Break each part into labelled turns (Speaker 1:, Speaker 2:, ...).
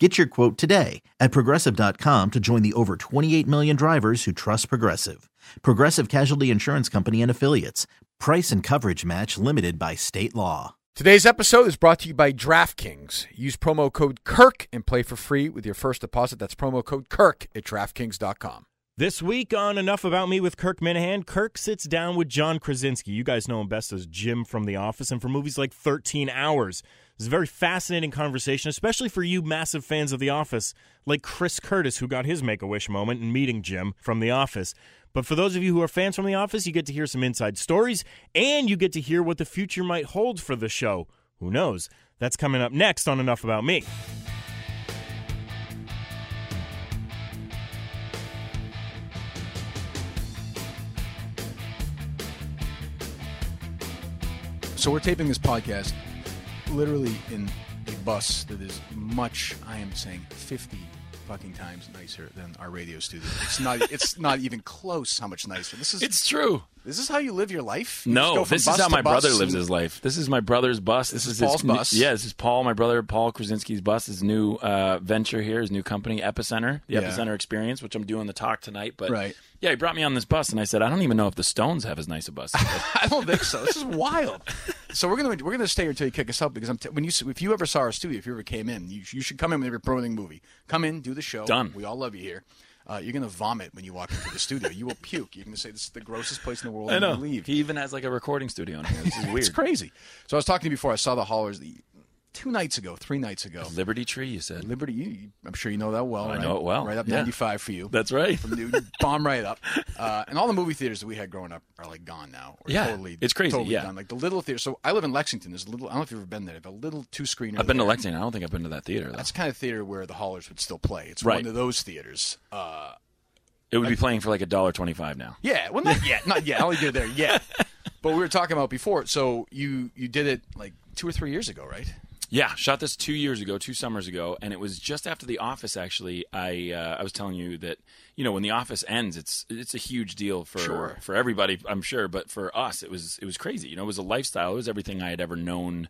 Speaker 1: Get your quote today at progressive.com to join the over 28 million drivers who trust Progressive. Progressive Casualty Insurance Company and Affiliates. Price and coverage match limited by state law.
Speaker 2: Today's episode is brought to you by DraftKings. Use promo code KIRK and play for free with your first deposit. That's promo code KIRK at DraftKings.com.
Speaker 3: This week on Enough About Me with Kirk Minahan, Kirk sits down with John Krasinski. You guys know him best as Jim from The Office and for movies like 13 Hours. It's a very fascinating conversation, especially for you massive fans of The Office, like Chris Curtis, who got his make a wish moment in meeting Jim from The Office. But for those of you who are fans from The Office, you get to hear some inside stories and you get to hear what the future might hold for the show. Who knows? That's coming up next on Enough About Me.
Speaker 2: So we're taping this podcast literally in a bus that is much, I am saying, 50 fucking times nicer than our radio studio. It's not it's not even close how much nicer. This is
Speaker 4: It's true.
Speaker 2: this is how you live your life? You just
Speaker 4: No,
Speaker 2: go from
Speaker 4: this
Speaker 2: bus
Speaker 4: is how
Speaker 2: to
Speaker 4: my
Speaker 2: bus
Speaker 4: brother lives
Speaker 2: and-
Speaker 4: his life. This is my brother's bus. This,
Speaker 2: is
Speaker 4: his
Speaker 2: Paul's
Speaker 4: new-
Speaker 2: bus.
Speaker 4: Yeah, this is Paul, my brother, Paul Krasinski's bus. His new uh, venture here, his new company, Epicenter, the
Speaker 2: Yeah.
Speaker 4: Epicenter Experience, which I'm doing the talk tonight. But
Speaker 2: Right.
Speaker 4: yeah, he brought me on this bus, and I said, I don't even know if the Stones have as nice a bus.
Speaker 2: I don't think so. This is wild. So we're gonna we're gonna stay here until you kick us out because I'm t- when you s- if you ever saw our studio if you ever came in you, you should come in when you're promoting a movie come in do the show
Speaker 4: Done.
Speaker 2: we all love you here uh, you're gonna vomit when you walk into the studio you will puke you're gonna say this is the grossest place in the world
Speaker 4: I know.
Speaker 2: and you leave
Speaker 4: He even has like a recording studio in here. This is
Speaker 2: it's
Speaker 4: weird.
Speaker 2: crazy so I was talking to you before I saw the haulers the, two nights ago three nights ago
Speaker 4: Liberty Tree, you said.
Speaker 2: Liberty you, you- I'm sure you know that well
Speaker 4: I
Speaker 2: right?
Speaker 4: know it well.
Speaker 2: right up
Speaker 4: Yeah.
Speaker 2: 95 for you
Speaker 4: That's right.
Speaker 2: from Newton, bomb right up. Uh, and all the movie theaters that we had growing up are like gone now. Or
Speaker 4: Yeah,
Speaker 2: totally.
Speaker 4: it's crazy,
Speaker 2: Totally
Speaker 4: yeah.
Speaker 2: done. Like the little theater. So I live in Lexington. There's a little. I don't know if you've ever been there. But a little two screener.
Speaker 4: I've been to Lexington. I don't think I've been to that theater, though.
Speaker 2: That's the kind of theater where the haulers would still play. It's
Speaker 4: Right.
Speaker 2: one of those theaters. Uh,
Speaker 4: it would be playing for like a dollar twenty-five now.
Speaker 2: yeah. Well, not yet. Not yet. I only did it there yet. But we were talking about before. So you you did it like two or three years ago, right?
Speaker 4: Yeah, shot this two years ago, two summers ago, and it was just after The Office. Actually, I uh, I was telling you that you know when The Office ends, it's it's a huge deal for
Speaker 2: Sure.
Speaker 4: for everybody, I'm sure, but for us, it was it was crazy. You know, it was a lifestyle. It was everything I had ever known,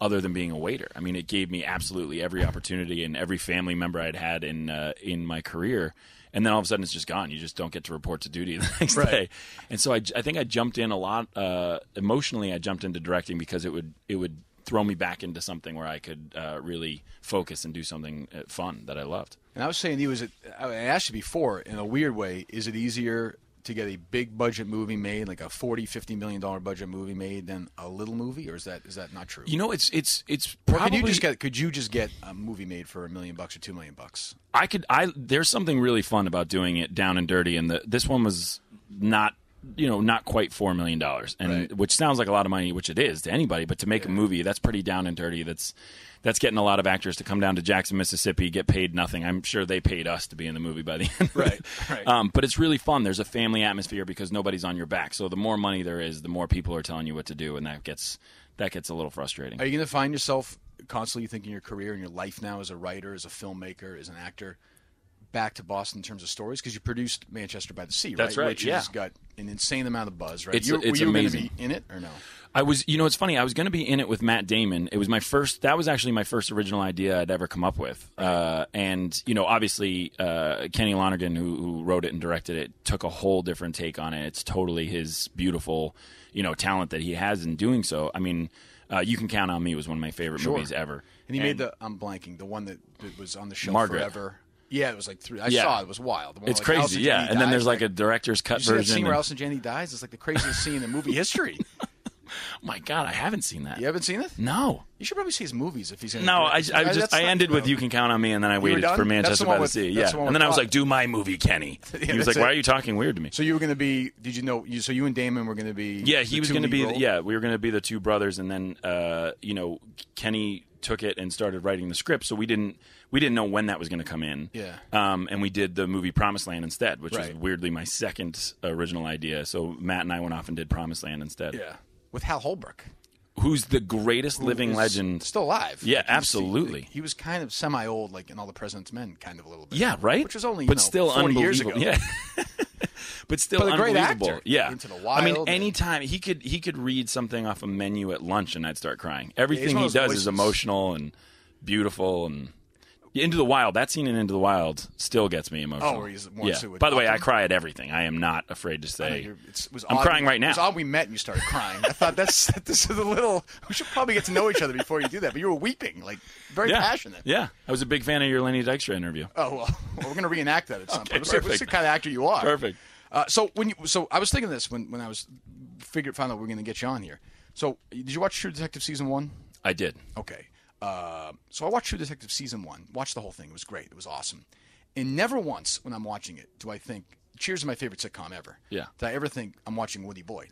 Speaker 4: other than being a waiter. I mean, it gave me absolutely every opportunity and every family member I'd had in uh, in my career. And then all of a sudden, it's just gone. You just don't get to report to duty the next
Speaker 2: Right.
Speaker 4: day. And so I, I think I jumped in a lot uh, emotionally. I jumped into directing because it would it would throw me back into something where I could uh, really focus and do something uh, fun that I loved.
Speaker 2: And I was saying to you, is it? I asked you before in a weird way. Is it easier to get a big budget movie made, like a 40, 50 million dollar budget movie made, than a little movie, or is that is that not true?
Speaker 4: You know, it's it's it's
Speaker 2: or
Speaker 4: probably
Speaker 2: could you just get? Could you just get a movie made for a million bucks or two million bucks?
Speaker 4: I could I there's something really fun about doing it down and dirty and the this one was not you know not quite 4 million dollars and
Speaker 2: Right.
Speaker 4: which sounds like a lot of money which it is to anybody but to make a movie that's pretty down and dirty that's that's getting a lot of actors to come down to Jackson Mississippi get paid nothing I'm sure they paid us to be in the movie by the end
Speaker 2: Right, right.
Speaker 4: Um, but it's really fun there's a family atmosphere because nobody's on your back so the more money there is the more people are telling you what to do and that gets that gets a little frustrating
Speaker 2: Are you going to find yourself constantly thinking your career and your life now as a writer, as a filmmaker, as an actor, back to Boston in terms of stories? Because you produced Manchester by the Sea,
Speaker 4: That's right,
Speaker 2: Which
Speaker 4: yeah.
Speaker 2: has got an insane amount of buzz, right?
Speaker 4: It's-
Speaker 2: You're-
Speaker 4: it's
Speaker 2: were you gonna
Speaker 4: amazing.
Speaker 2: be in it or no?
Speaker 4: I was, you know, it's funny. I was going to be in it with Matt Damon. It was my first. That was actually my first original idea I'd ever come up with. Uh, and you know, obviously, uh, Kenny Lonergan, who, who wrote it and directed it, took a whole different take on it. It's totally his beautiful, you know, talent that he has in doing so. I mean, uh, you can count on me was one of my favorite movies ever.
Speaker 2: And he made the I'm blanking the one that, that was on the shelf
Speaker 4: Margaret.
Speaker 2: forever. Yeah, it was like three. I
Speaker 4: Yeah.
Speaker 2: saw it. It was wild. The one
Speaker 4: It's
Speaker 2: where, like, Allison
Speaker 4: crazy, yeah.
Speaker 2: Janney
Speaker 4: And then
Speaker 2: dies,
Speaker 4: there's like a
Speaker 2: like
Speaker 4: director's cut
Speaker 2: you see that
Speaker 4: version.
Speaker 2: scene where
Speaker 4: and-
Speaker 2: Allison Janney dies? It's like the craziest scene in movie history.
Speaker 4: oh my god, I haven't seen that.
Speaker 2: You haven't seen it?
Speaker 4: No,
Speaker 2: You should probably see his movies if he's in.
Speaker 4: no. I, I just I ended with "You Can Count on Me," and then I waited
Speaker 2: done?
Speaker 4: for
Speaker 2: That's the
Speaker 4: Manchester
Speaker 2: one
Speaker 4: by the
Speaker 2: with-
Speaker 4: Sea.
Speaker 2: that's
Speaker 4: Yeah,
Speaker 2: the one
Speaker 4: and
Speaker 2: with
Speaker 4: then I was
Speaker 2: Todd.
Speaker 4: like, "Do my movie, Kenny."
Speaker 2: Yeah,
Speaker 4: he was
Speaker 2: that's
Speaker 4: like, "Why
Speaker 2: it.
Speaker 4: are you talking weird to me?"
Speaker 2: So you were going to be? Did you know? You so you and Damon were going to be?
Speaker 4: Yeah, he
Speaker 2: the
Speaker 4: was
Speaker 2: two
Speaker 4: going to
Speaker 2: lead
Speaker 4: be.
Speaker 2: role?
Speaker 4: Yeah, we were going to be the two brothers, and then uh, you know, Kenny took it and started writing the script. So we didn't we didn't know when that was going to come in.
Speaker 2: Yeah.
Speaker 4: Um, and we did the movie Promised Land instead, which was
Speaker 2: Right.
Speaker 4: weirdly my second original idea. So Matt and I went off and did Promised Land instead.
Speaker 2: Yeah. With Hal Holbrook.
Speaker 4: Who's the greatest
Speaker 2: who
Speaker 4: living
Speaker 2: is
Speaker 4: legend?
Speaker 2: Still alive.
Speaker 4: Yeah,
Speaker 2: he's- he-
Speaker 4: absolutely.
Speaker 2: like, he was kind of semi old, like in All the President's Men, kind of a little bit.
Speaker 4: Yeah, right.
Speaker 2: Which was only, you
Speaker 4: but
Speaker 2: know,
Speaker 4: still
Speaker 2: 40 years
Speaker 4: unbelievable.
Speaker 2: ago.
Speaker 4: Yeah. but still
Speaker 2: But a great
Speaker 4: unbelievable.
Speaker 2: actor.
Speaker 4: Yeah.
Speaker 2: Into the
Speaker 4: I mean,
Speaker 2: Wild and-
Speaker 4: anytime he could he could read something off a menu at lunch and I'd start crying. Everything
Speaker 2: one
Speaker 4: he
Speaker 2: of
Speaker 4: does
Speaker 2: those
Speaker 4: is
Speaker 2: voices.
Speaker 4: emotional and beautiful and into the wild. That scene in Into the Wild still gets me emotional.
Speaker 2: Oh, where he's- wants
Speaker 4: yeah.
Speaker 2: to
Speaker 4: By the way, I
Speaker 2: adopt him?
Speaker 4: cry at everything. I am not afraid to
Speaker 2: I know,
Speaker 4: say.
Speaker 2: you're- it's- it was
Speaker 4: I'm
Speaker 2: odd
Speaker 4: crying
Speaker 2: we-
Speaker 4: right now.
Speaker 2: It was odd we met and you started crying. I thought that's this is a little. We should probably get to know each other before you do that. But you were weeping, like very
Speaker 4: yeah.
Speaker 2: passionate.
Speaker 4: Yeah. I was a big fan of your Lenny Dykstra interview.
Speaker 2: Oh well, well we're gonna reenact that at some
Speaker 4: Okay,
Speaker 2: point. Let's see- Let's
Speaker 4: perfect.
Speaker 2: see what kind of actor you are.
Speaker 4: Perfect.
Speaker 2: Uh, so when you, so I was thinking this when, when I was figured found out we are gonna get you on here. So did you watch True Detective season one?
Speaker 4: I did.
Speaker 2: Okay. Uh, so I watched True Detective season one. Watched the whole thing. It was great. It was awesome. And never once when I'm watching it do I think Cheers is my favorite sitcom ever.
Speaker 4: Yeah.
Speaker 2: Did I ever think I'm watching Woody Boyd?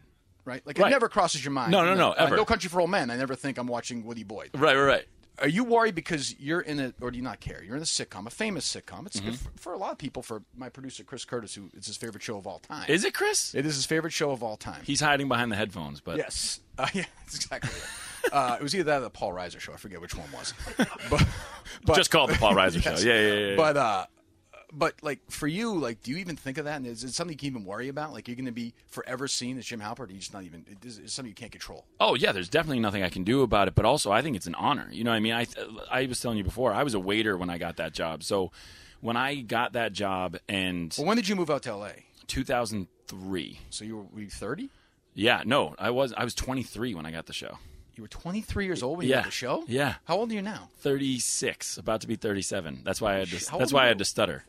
Speaker 2: Right. Like
Speaker 4: Right.
Speaker 2: it never crosses your mind.
Speaker 4: No, no,
Speaker 2: You
Speaker 4: no,
Speaker 2: know, uh,
Speaker 4: ever.
Speaker 2: No Country for Old Men. I never think I'm watching Woody Boyd.
Speaker 4: Right, right, right.
Speaker 2: Are you worried because you're in a, or do you not care? You're in a sitcom, a famous sitcom. It's for,
Speaker 4: Mm-hmm.
Speaker 2: for a lot of people. For my producer Chris Curtis, who it's his favorite show of all time.
Speaker 4: Is it Chris?
Speaker 2: it is his favorite show of all time.
Speaker 4: He's hiding behind the headphones, but
Speaker 2: Yes. Uh, yeah, that's exactly it. Uh, it was either that or the Paul Reiser show. I forget which one was. But, but
Speaker 4: just called the Paul Reiser
Speaker 2: Yes.
Speaker 4: show. Yeah, yeah, yeah. yeah.
Speaker 2: But uh, but like for you, like, do you even think of that? And is it something you can even worry about? Like, you're going to be forever seen as Jim Halpert? Or you just not even? It is, it's something you can't control.
Speaker 4: Oh yeah, there's definitely nothing I can do about it. But also, I think it's an honor. You know, what I mean, I I was telling you before, I was a waiter when I got that job. So when I got that job in
Speaker 2: Well, when did you move out to L.A.?
Speaker 4: 2003,
Speaker 2: So you were, were you 30?
Speaker 4: yeah, no, I was I was 23 when I got the show.
Speaker 2: You were 23 years old when you
Speaker 4: Yeah.
Speaker 2: did the show.
Speaker 4: Yeah.
Speaker 2: How old are you now?
Speaker 4: 36, about to be 37. That's why I had to,
Speaker 2: How
Speaker 4: that's
Speaker 2: old
Speaker 4: why I
Speaker 2: are
Speaker 4: had
Speaker 2: you?
Speaker 4: to stutter.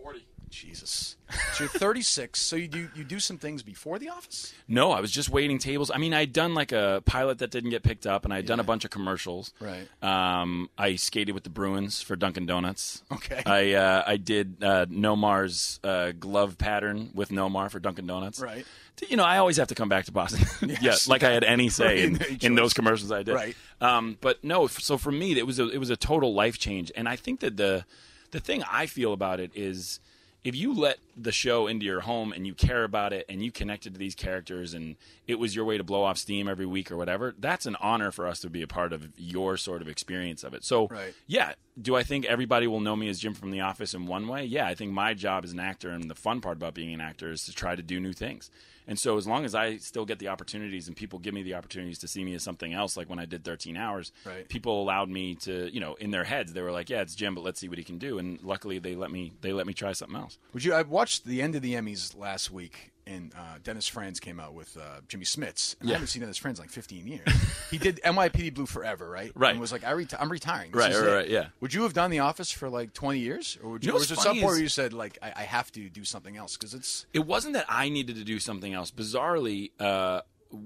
Speaker 2: Jesus. So you're 36. so you do you do some things before the office.
Speaker 4: No, I was just waiting tables. I mean, I'd done like a pilot that didn't get picked up, and I'd done a bunch of commercials.
Speaker 2: Right.
Speaker 4: Um, I skated with the Bruins for Dunkin' Donuts.
Speaker 2: Okay.
Speaker 4: I uh, I did uh, Nomar's uh, glove pattern with Nomar for Dunkin' Donuts.
Speaker 2: Right.
Speaker 4: You know, I always have to come back to Boston. yeah, like I had any say in,
Speaker 2: Right, any
Speaker 4: in those
Speaker 2: choice.
Speaker 4: commercials I did.
Speaker 2: Right.
Speaker 4: Um, but no, f- so for me, it was a, it was a total life change, and I think that the the thing I feel about it is if you let the show into your home and you care about it and you connected to these characters and it was your way to blow off steam every week or whatever, that's an honor for us to be a part of your sort of experience of it. So
Speaker 2: Right.
Speaker 4: yeah, do I think everybody will know me as Jim from The Office in one way? Yeah, I think my job as an actor and the fun part about being an actor is to try to do new things. And so as long as I still get the opportunities and people give me the opportunities to see me as something else, like when I did 13 hours,
Speaker 2: Right.
Speaker 4: people allowed me to, you know, in their heads they were like, yeah, it's Jim, but let's see what he can do. And luckily they let me they let me try something else.
Speaker 2: Would you? I watched the end of the Emmys last week, and uh, Dennis Franz came out with uh, Jimmy Smits. And I haven't seen Dennis Franz in like 15 years. he did NYPD Blue forever, right?
Speaker 4: Right.
Speaker 2: And was like, I reti- I'm retiring. This
Speaker 4: Right,
Speaker 2: is
Speaker 4: right,
Speaker 2: it.
Speaker 4: right, yeah.
Speaker 2: Would you have done The Office for like 20 years, or would you?
Speaker 4: You
Speaker 2: or
Speaker 4: know
Speaker 2: was there some
Speaker 4: what's funny
Speaker 2: point
Speaker 4: is-
Speaker 2: where you said like, I, I have to do something else because it's
Speaker 4: It wasn't that I needed to do something else. Bizarrely, uh,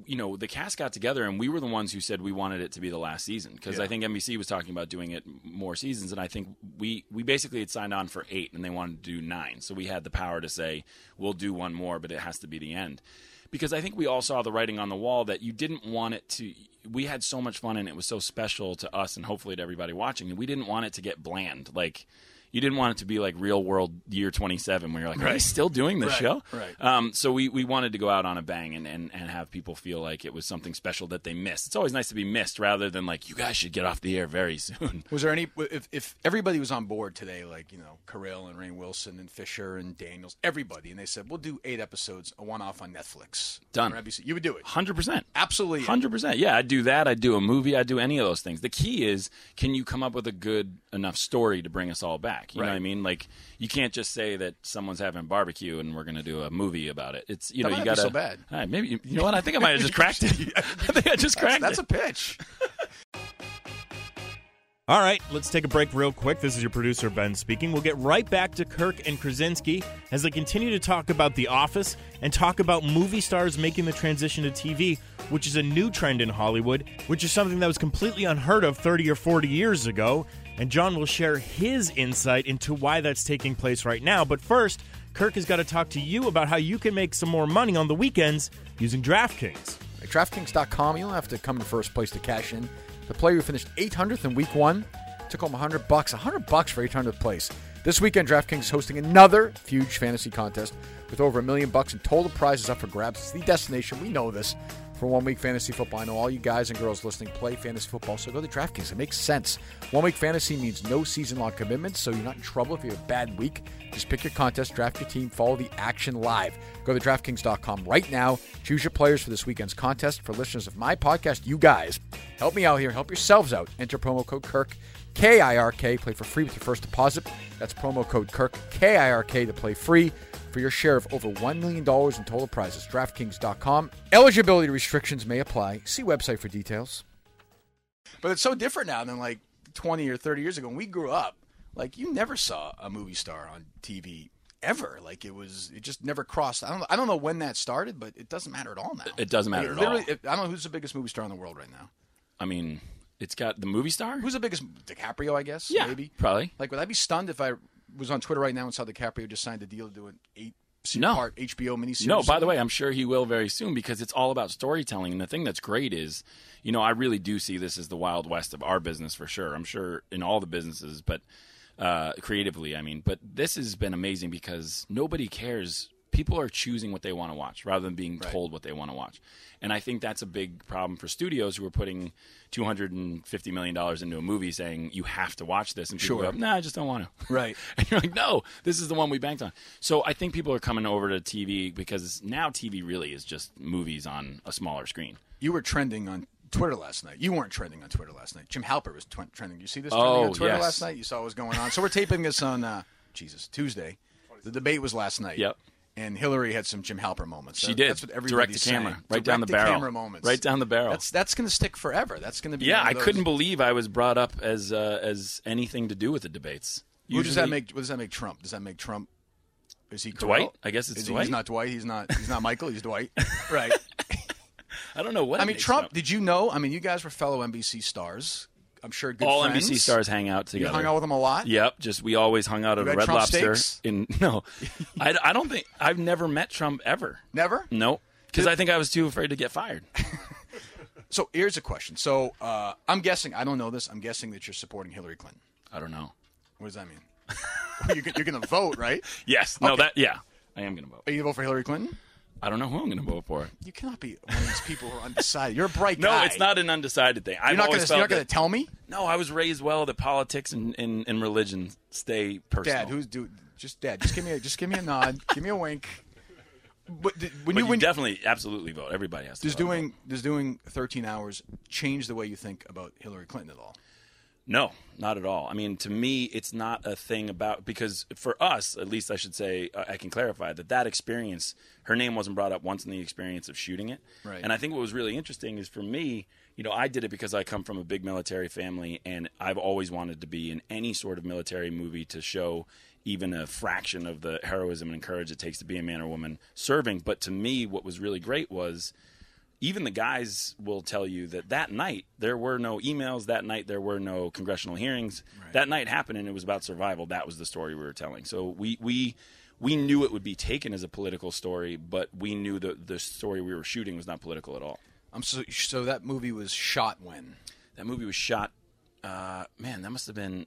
Speaker 4: you know, the cast got together and we were the ones who said we wanted it to be the last season because I think NBC was talking about doing it more seasons, and I think we we basically had signed on for eight and they wanted to do nine, so we had the power to say we'll do one more, but it has to be the end. Because I think we all saw the writing on the wall that you didn't want it to. We had so much fun and it was so special to us and hopefully to everybody watching, and we didn't want it to get bland. Like, you didn't want it to be like real world year 27 where you're like, are they still doing this
Speaker 2: Right,
Speaker 4: show?
Speaker 2: right.
Speaker 4: Um, so we, we wanted to go out on a bang and, and, and have people feel like it was something special that they missed. It's always nice to be missed rather than like, you guys should get off the air very soon.
Speaker 2: Was there any if, if everybody was on board today, like you know Carell and Rain Wilson and Fisher and Daniels, everybody, and they said we'll do eight episodes, a one-off on Netflix,
Speaker 4: Done.
Speaker 2: Or NBC. You would do it,
Speaker 4: 100%.
Speaker 2: absolutely.
Speaker 4: Hundred percent. Yeah, I'd do that. I'd do a movie. I'd do any of those things. The key is, can you come up with a good enough story to bring us all back? You know what I
Speaker 2: Right.
Speaker 4: mean? Like, you can't just say that someone's having barbecue and we're going to do a movie about it. It's
Speaker 2: That
Speaker 4: you know
Speaker 2: might
Speaker 4: you
Speaker 2: not
Speaker 4: got
Speaker 2: be so bad.
Speaker 4: maybe you, you know what? I think I might have just cracked it. I think I
Speaker 2: That's,
Speaker 4: just cracked
Speaker 2: that's
Speaker 4: it.
Speaker 2: a pitch.
Speaker 3: All right, let's take a break real quick. This is your producer, Ben, speaking. We'll get right back to Kirk and Krasinski as they continue to talk about The Office and talk about movie stars making the transition to TV, which is a new trend in Hollywood, which is something that was completely unheard of 30 or 40 years ago. And John will share his insight into why that's taking place right now. But first, Kirk has got to talk to you about how you can make some more money on the weekends using DraftKings.
Speaker 2: At DraftKings.com, you don't have to come in first place to cash in. The player who finished 800th in week one
Speaker 5: Took home 100 bucks, 100 bucks for each hundredth place. This weekend, DraftKings is hosting another huge fantasy contest with over a million bucks in total prizes up for grabs. It's the destination. We know this for one week fantasy football. I know all you guys and girls listening play fantasy football, so go to DraftKings. It makes sense. One week fantasy means no season long commitments, so you're not in trouble if you have a bad week. Just pick your contest, draft your team, follow the action live. Go to DraftKings.com right now. Choose your players for this weekend's contest. For listeners of my podcast, you guys, help me out here. Help yourselves out. Enter promo code Kirk. K I R K. Play for free with your first deposit. That's promo code Kirk K I R K to play free for your share of over $1 million in total prizes. DraftKings.com. Eligibility restrictions may apply. See website for details.
Speaker 2: But it's so different now than like 20 or 30 years ago. When we grew up, like you never saw a movie star on TV ever. Like it was, it just never crossed. I don't, I don't know when that started, but it doesn't matter at all now.
Speaker 4: It doesn't matter
Speaker 2: Like,
Speaker 4: at all.
Speaker 2: literally, it- I don't know who's the biggest movie star in the world right now.
Speaker 4: I mean, it's got the movie star.
Speaker 2: Who's the biggest? DiCaprio, I guess.
Speaker 4: yeah,
Speaker 2: maybe.
Speaker 4: probably.
Speaker 2: Like, would I be stunned if I was on Twitter right now and saw DiCaprio just signed a deal to do an eight
Speaker 4: No.
Speaker 2: part HBO miniseries?
Speaker 4: No, by the way, I'm sure he will very soon because it's all about storytelling. And the thing that's great is, you know, I really do see this as the wild west of our business for sure. I'm sure in all the businesses, but uh, creatively, I mean. But this has been amazing because nobody cares. People are choosing what they want to watch rather than being told what they want to watch. And I think that's a big problem for studios who are putting $250 million into a movie saying, you have to watch this. And people
Speaker 2: Sure.
Speaker 4: go, nah, I just don't want to.
Speaker 2: Right.
Speaker 4: And you're like, no, this is the one we banked on. So I think people are coming over to TV because now TV really is just movies on a smaller screen.
Speaker 2: You were trending on Twitter last night. You weren't trending on Twitter last night. Jim Halper was tw- trending. You see this trending
Speaker 4: Oh,
Speaker 2: on Twitter
Speaker 4: yes.
Speaker 2: last night? You saw what was going on. So we're taping this on uh, Jesus Tuesday. The debate was last night.
Speaker 4: Yep.
Speaker 2: And Hillary had some Jim Halper moments.
Speaker 4: She
Speaker 2: That-
Speaker 4: did.
Speaker 2: That's what everybody's
Speaker 4: Direct to
Speaker 2: saying.
Speaker 4: camera. Right down the
Speaker 2: Direct to
Speaker 4: barrel.
Speaker 2: Camera moments.
Speaker 4: Right down the barrel.
Speaker 2: That's that's going to stick forever. That's going to be.
Speaker 4: Yeah,
Speaker 2: one
Speaker 4: I
Speaker 2: of those-
Speaker 4: couldn't believe I was brought up as uh, as anything to do with the debates.
Speaker 2: Who does that
Speaker 4: Usually-
Speaker 2: make? What does that make Trump? Does that make Trump? Is he
Speaker 4: Dwight?
Speaker 2: Corral?
Speaker 4: I guess it's
Speaker 2: Is he-
Speaker 4: Dwight.
Speaker 2: He's not Dwight. He's not. He's not Michael. He's Dwight. Right.
Speaker 4: I don't know what.
Speaker 2: I
Speaker 4: it
Speaker 2: mean,
Speaker 4: makes
Speaker 2: Trump.
Speaker 4: up.
Speaker 2: Did you know? I mean, you guys were fellow NBC stars. I'm sure good
Speaker 4: all
Speaker 2: friends.
Speaker 4: NBC stars hang out together.
Speaker 2: You hung out with him a lot.
Speaker 4: Yep, just we always hung out at
Speaker 2: You
Speaker 4: a
Speaker 2: had
Speaker 4: Red
Speaker 2: Trump
Speaker 4: Lobster.
Speaker 2: steaks?
Speaker 4: In no, I, I don't think I've never met Trump ever.
Speaker 2: Never.
Speaker 4: No, because I think I was too afraid to get fired.
Speaker 2: So here's a question. So uh, I'm guessing. I don't know this. I'm guessing that you're supporting Hillary Clinton.
Speaker 4: I don't know.
Speaker 2: What does that mean? you're, go- you're going to vote, right?
Speaker 4: Yes, no, that yeah, I am gonna vote.
Speaker 2: Are you going to vote for Hillary Clinton?
Speaker 4: I don't know who I'm gonna vote for.
Speaker 2: You cannot be one of these people who are undecided. You're a bright
Speaker 4: No,
Speaker 2: guy.
Speaker 4: it's not an undecided thing. I've
Speaker 2: You're not
Speaker 4: always
Speaker 2: going to.
Speaker 4: felt
Speaker 2: You're not going to
Speaker 4: that-
Speaker 2: tell me,
Speaker 4: No, I was raised well that politics and, and, and religion stay personal.
Speaker 2: Dad. Who's dude? Just Dad. Just give me. A, just give me a nod. give me a wink. But did, when
Speaker 4: But
Speaker 2: you
Speaker 4: you
Speaker 2: when
Speaker 4: definitely, absolutely vote. Everybody has to.
Speaker 2: does
Speaker 4: vote.
Speaker 2: doing does doing 13 hours change the way you think about Hillary Clinton at all?
Speaker 4: No, not at all. I mean, to me, it's not a thing about because for us, at least, I should say, uh, I can clarify that that experience, her name wasn't brought up once in the experience of shooting it.
Speaker 2: Right.
Speaker 4: And I think what was really interesting is for me, you know, I did it because I come from a big military family, and I've always wanted to be in any sort of military movie to show even a fraction of the heroism and courage it takes to be a man or woman serving. But to me, what was really great was even the guys will tell you that that night there were no emails that night there were no congressional hearings that night happened and it was about survival that was the story we were telling so we we we knew it would be taken as a political story but we knew that the story we were shooting was not political at all
Speaker 2: I'm so so that movie was shot when
Speaker 4: that movie was shot uh, man that must have been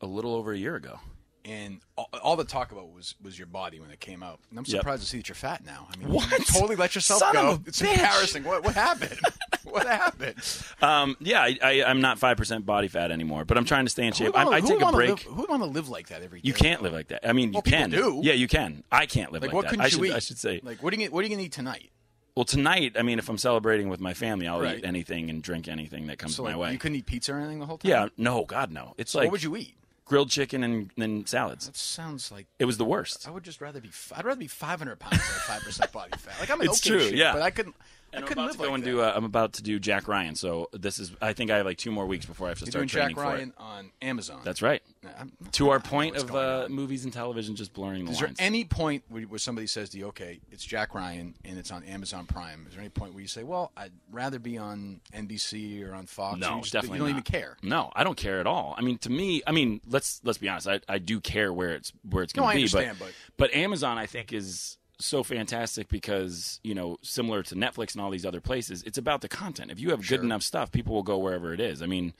Speaker 4: a little over a year ago
Speaker 2: and all, all the talk about was was your body when it came out. And I'm
Speaker 4: Yep.
Speaker 2: surprised to see that you're fat now. I mean, you
Speaker 4: What?
Speaker 2: totally let yourself
Speaker 4: Son
Speaker 2: go.
Speaker 4: of a
Speaker 2: it's
Speaker 4: bitch.
Speaker 2: embarrassing. What what happened? what happened?
Speaker 4: um, yeah I, I, i'm not 5% body fat anymore but i'm trying to stay in shape
Speaker 2: Who would wanna-
Speaker 4: i, I
Speaker 2: who
Speaker 4: take
Speaker 2: would
Speaker 4: a
Speaker 2: wanna
Speaker 4: break
Speaker 2: live- who would want to live like that every day?
Speaker 4: you can't live like that. I mean, you
Speaker 2: Well, people
Speaker 4: can.
Speaker 2: do.
Speaker 4: Yeah, you can. I can't live like,
Speaker 2: Like, what
Speaker 4: that.
Speaker 2: couldn't
Speaker 4: I
Speaker 2: you
Speaker 4: should,
Speaker 2: eat?
Speaker 4: I should say.
Speaker 2: Like what are you what are you gonna eat tonight?
Speaker 4: Well, tonight, I mean, if I'm celebrating with my family, I'll
Speaker 2: Right.
Speaker 4: eat anything and drink anything that comes
Speaker 2: So
Speaker 4: my
Speaker 2: like
Speaker 4: way.
Speaker 2: you couldn't eat pizza or anything the whole time.
Speaker 4: yeah, no, God, no. It's
Speaker 2: What
Speaker 4: like
Speaker 2: would you eat?
Speaker 4: grilled chicken and then salads.
Speaker 2: That sounds like
Speaker 4: It was the worst.
Speaker 2: I would just rather be. f- I'd rather be 500 pounds than 5 percent body fat. Like I'm in
Speaker 4: It's
Speaker 2: okay
Speaker 4: true,
Speaker 2: shape,
Speaker 4: yeah.
Speaker 2: But I couldn't.
Speaker 4: And
Speaker 2: I
Speaker 4: I'm
Speaker 2: couldn't
Speaker 4: about
Speaker 2: live
Speaker 4: to go
Speaker 2: like
Speaker 4: and
Speaker 2: that.
Speaker 4: do. Uh, I'm about to do Jack Ryan. So this is. I think I have like two more weeks before I have to
Speaker 2: You're
Speaker 4: start
Speaker 2: doing
Speaker 4: training
Speaker 2: Jack
Speaker 4: for
Speaker 2: Ryan
Speaker 4: it.
Speaker 2: on Amazon.
Speaker 4: That's right.
Speaker 2: I'm-
Speaker 4: To
Speaker 2: I
Speaker 4: our
Speaker 2: don't know
Speaker 4: point
Speaker 2: what's
Speaker 4: of
Speaker 2: going
Speaker 4: uh,
Speaker 2: on.
Speaker 4: movies and television just blurring the
Speaker 2: Is there
Speaker 4: lines.
Speaker 2: any point where, where somebody says to you, "Okay, it's Jack Ryan and it's on Amazon Prime"? Is there any point where you say, "Well, I'd rather be on NBC or on Fox"?
Speaker 4: No,
Speaker 2: or you just-
Speaker 4: definitely
Speaker 2: You don't
Speaker 4: not.
Speaker 2: even care.
Speaker 4: No, I don't care at all. I mean, to me, I mean, let's let's be honest. I, I do care where it's where it's
Speaker 2: No,
Speaker 4: going to
Speaker 2: I
Speaker 4: be,
Speaker 2: understand, but-
Speaker 4: but Amazon, I think, is so fantastic because you know, similar to Netflix and all these other places, it's about the content. If you have good enough stuff, people will go wherever it is. I mean,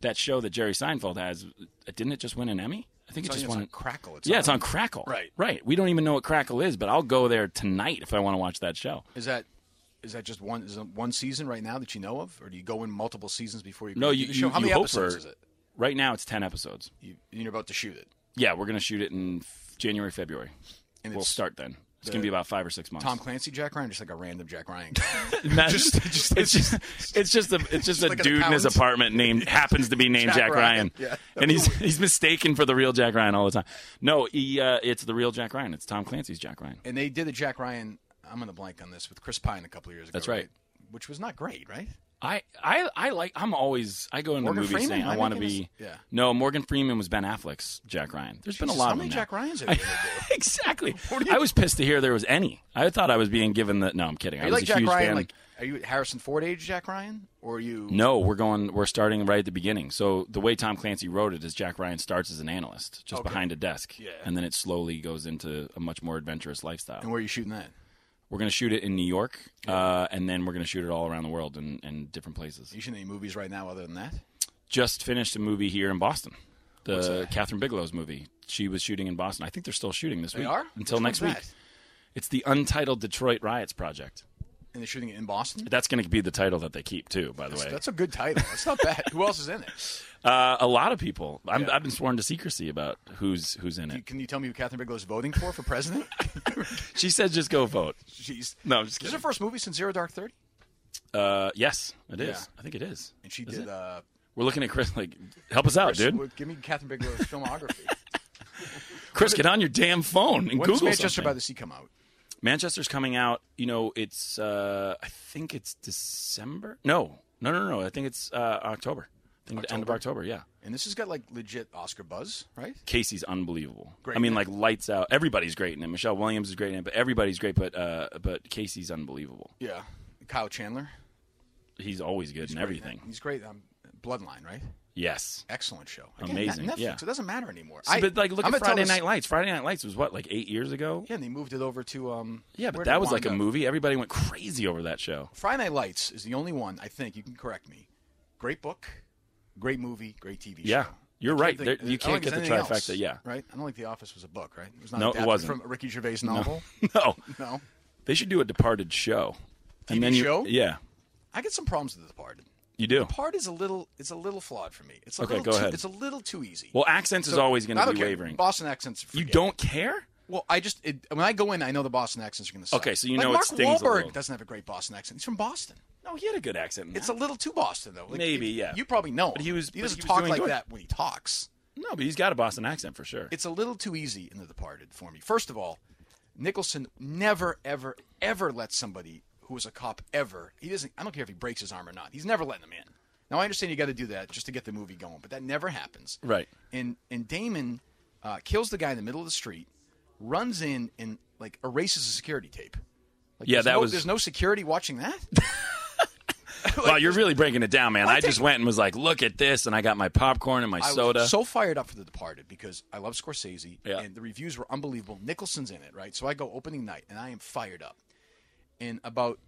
Speaker 4: that show that Jerry Seinfeld has, didn't it just win an Emmy? I think it
Speaker 2: It's
Speaker 4: just
Speaker 2: on-
Speaker 4: won.
Speaker 2: it's on Crackle. It's
Speaker 4: yeah,
Speaker 2: on-
Speaker 4: it's on Crackle.
Speaker 2: Right.
Speaker 4: right. We don't even know what Crackle is, but I'll go there tonight if I want to watch that show.
Speaker 2: Is that is that just one is it one season right now that you know of, or do you go in multiple seasons before you?
Speaker 4: No,
Speaker 2: do
Speaker 4: you,
Speaker 2: the
Speaker 4: you,
Speaker 2: show? How
Speaker 4: you
Speaker 2: many
Speaker 4: hope
Speaker 2: episodes
Speaker 4: for,
Speaker 2: is it?
Speaker 4: Right now, it's ten episodes.
Speaker 2: You, you're about to shoot it.
Speaker 4: Yeah, we're gonna shoot it in f- January, February.
Speaker 2: And
Speaker 4: we'll
Speaker 2: it's
Speaker 4: start then. It's
Speaker 2: the-
Speaker 4: gonna be about five or six months.
Speaker 2: Tom Clancy, Jack Ryan, just like a random Jack Ryan. guy.
Speaker 4: Matt-
Speaker 2: Just- just-
Speaker 4: it's just it's just a it's just, a
Speaker 2: like an
Speaker 4: dude in his
Speaker 2: accountant.
Speaker 4: apartment named happens to be named Jack,
Speaker 2: Jack
Speaker 4: Ryan,
Speaker 2: Ryan. Yeah.
Speaker 4: and he's he's mistaken for the real Jack Ryan all the time. No, he uh, it's the real Jack Ryan. It's Tom Clancy's Jack Ryan.
Speaker 2: and they did a Jack Ryan. I'm gonna blank on this with Chris Pine a couple of years ago.
Speaker 4: That's right.
Speaker 2: Which was not great, right?
Speaker 4: I I I like I'm always I go into
Speaker 2: Morgan
Speaker 4: movies
Speaker 2: Freeman?
Speaker 4: saying
Speaker 2: Am
Speaker 4: I
Speaker 2: I
Speaker 4: want to
Speaker 2: making
Speaker 4: be
Speaker 2: this- Yeah.
Speaker 4: no Morgan Freeman was Ben Affleck's Jack Ryan. There's been a
Speaker 2: Jesus,
Speaker 4: lot
Speaker 2: how
Speaker 4: of
Speaker 2: many
Speaker 4: them
Speaker 2: Jack
Speaker 4: now.
Speaker 2: Ryans are they gonna do?
Speaker 4: exactly. I was pissed to hear there was any. I thought I was being given the no. I'm kidding.
Speaker 2: Are
Speaker 4: I
Speaker 2: you
Speaker 4: was
Speaker 2: like
Speaker 4: a
Speaker 2: Jack
Speaker 4: huge
Speaker 2: Ryan?
Speaker 4: fan.
Speaker 2: Like, are you Harrison Ford age Jack Ryan, or are you?
Speaker 4: No, we're going. We're starting right at the beginning. So the way Tom Clancy wrote it is Jack Ryan starts as an analyst, just behind a desk,
Speaker 2: Yeah.
Speaker 4: and then it slowly goes into a much more adventurous lifestyle.
Speaker 2: And where are you shooting that?
Speaker 4: We're going to shoot it in New York, uh, and then we're going to shoot it all around the world and, and different places.
Speaker 2: Are you shooting any movies right now other than that?
Speaker 4: Just finished a movie here in Boston, the Catherine Bigelow's movie. She was shooting in Boston. I think they're still shooting this
Speaker 2: They
Speaker 4: week
Speaker 2: are
Speaker 4: until
Speaker 2: Which
Speaker 4: next
Speaker 2: one's
Speaker 4: week.
Speaker 2: that?
Speaker 4: It's the Untitled Detroit Riots Project.
Speaker 2: And they're shooting it in Boston.
Speaker 4: That's going to be the title that they keep too. By the way,
Speaker 2: That's a good title. That's not bad. Who else is in it?
Speaker 4: uh, a lot of people. I'm, I've been sworn to secrecy about who's who's in it.
Speaker 2: Can you tell me who Catherine Bigelow's voting for for president?
Speaker 4: She said, "Just go vote."
Speaker 2: She's
Speaker 4: No, I'm just
Speaker 2: This is
Speaker 4: kidding.
Speaker 2: her first movie since Zero Dark Thirty,
Speaker 4: Uh, yes, it is.
Speaker 2: Yeah.
Speaker 4: I think it is.
Speaker 2: and she
Speaker 4: Is
Speaker 2: did.
Speaker 4: it? Oh,
Speaker 2: Uh,
Speaker 4: We're looking at Chris. Like, help us out, dude.
Speaker 2: Give me Catherine Bigelow's filmography.
Speaker 4: Chris, get on your damn phone
Speaker 2: When
Speaker 4: and
Speaker 2: does
Speaker 4: Google
Speaker 2: Manchester
Speaker 4: something.
Speaker 2: by the Sea come out?
Speaker 4: Manchester's coming out. You know, it's. Uh, I think it's December. No, no, no, no. I think it's uh, October. I think the end of October. Yeah.
Speaker 2: And this has got like legit Oscar buzz, right?
Speaker 4: Casey's unbelievable.
Speaker 2: Great
Speaker 4: I mean,
Speaker 2: man.
Speaker 4: like lights out. Everybody's great in it. Michelle Williams is great in it, but everybody's great. But uh, but Casey's unbelievable.
Speaker 2: Yeah. Kyle Chandler.
Speaker 4: He's always good in
Speaker 2: Great man.
Speaker 4: everything.
Speaker 2: He's great. Um, Bloodline, right?
Speaker 4: Yes.
Speaker 2: Excellent show. Again,
Speaker 4: Amazing,
Speaker 2: Netflix.
Speaker 4: yeah.
Speaker 2: It doesn't matter anymore.
Speaker 4: So, but like, look
Speaker 2: I'm gonna
Speaker 4: at
Speaker 2: tell
Speaker 4: Friday
Speaker 2: this-
Speaker 4: Night Lights. Friday Night Lights was what, like eight years ago?
Speaker 2: Yeah, and they moved it over to. um
Speaker 4: Yeah, but
Speaker 2: where did
Speaker 4: that
Speaker 2: it
Speaker 4: was like a
Speaker 2: wind up?
Speaker 4: movie. Everybody went crazy over that show.
Speaker 2: Friday Night Lights is the only one I think you can correct me. Great book, great movie, great TV show.
Speaker 4: Yeah, you're
Speaker 2: I can't
Speaker 4: right.
Speaker 2: think-
Speaker 4: There-
Speaker 2: I
Speaker 4: you
Speaker 2: don't
Speaker 4: can't
Speaker 2: think
Speaker 4: get the
Speaker 2: there's anything
Speaker 4: trifecta.
Speaker 2: else,
Speaker 4: Yeah.
Speaker 2: right. I don't think The Office was a book, right? It was not
Speaker 4: No, it
Speaker 2: adapted
Speaker 4: wasn't.
Speaker 2: from a Ricky Gervais novel.
Speaker 4: no,
Speaker 2: No,
Speaker 4: they should do a Departed show.
Speaker 2: TV
Speaker 4: you,
Speaker 2: show?
Speaker 4: Yeah,
Speaker 2: I get some problems with The Departed.
Speaker 4: you do.
Speaker 2: Part is a little, it's a little flawed for me. It's a
Speaker 4: Okay,
Speaker 2: little
Speaker 4: go
Speaker 2: too,
Speaker 4: ahead.
Speaker 2: It's a little too easy.
Speaker 4: Well, accents is always going
Speaker 2: I
Speaker 4: to
Speaker 2: don't
Speaker 4: be
Speaker 2: care.
Speaker 4: wavering.
Speaker 2: Boston accents.
Speaker 4: You
Speaker 2: forget.
Speaker 4: don't care?
Speaker 2: Well, I just it, when I go in, I know the Boston accents are going to. suck.
Speaker 4: Okay, so you
Speaker 2: like
Speaker 4: know it
Speaker 2: Mark
Speaker 4: stings a
Speaker 2: Wahlberg
Speaker 4: little.
Speaker 2: doesn't have a great Boston accent. He's from Boston.
Speaker 4: No, he had a good accent. in
Speaker 2: It's a
Speaker 4: that.
Speaker 2: little too Boston though. Like,
Speaker 4: Maybe,
Speaker 2: you-
Speaker 4: yeah.
Speaker 2: You probably know.
Speaker 4: But
Speaker 2: him.
Speaker 4: he was-
Speaker 2: He
Speaker 4: but
Speaker 2: doesn't
Speaker 4: he was
Speaker 2: talk
Speaker 4: doing
Speaker 2: like
Speaker 4: good.
Speaker 2: that when he talks.
Speaker 4: no, but he's got a Boston accent for sure.
Speaker 2: It's a little too easy in The Departed for me. First of all, Nicholson never, ever, ever lets somebody who is a cop ever. He doesn't. I don't care if he breaks his arm or not. He's never letting them in. Now I understand you got to do that just to get the movie going, but that never happens.
Speaker 4: Right.
Speaker 2: And and Damon uh, kills the guy in the middle of the street, runs in and like erases the security tape. Like,
Speaker 4: Yeah,
Speaker 2: there's
Speaker 4: that
Speaker 2: no-
Speaker 4: was-
Speaker 2: There's no security watching that.
Speaker 4: wow, you're really breaking it down, man.
Speaker 2: My
Speaker 4: I just
Speaker 2: take-
Speaker 4: went and was like, look at this, and I got my popcorn and my
Speaker 2: I
Speaker 4: soda.
Speaker 2: was so fired up for The Departed because I love Scorsese
Speaker 4: Yeah.
Speaker 2: and the reviews were unbelievable. Nicholson's in it, right? So I go opening night and I am fired up. And about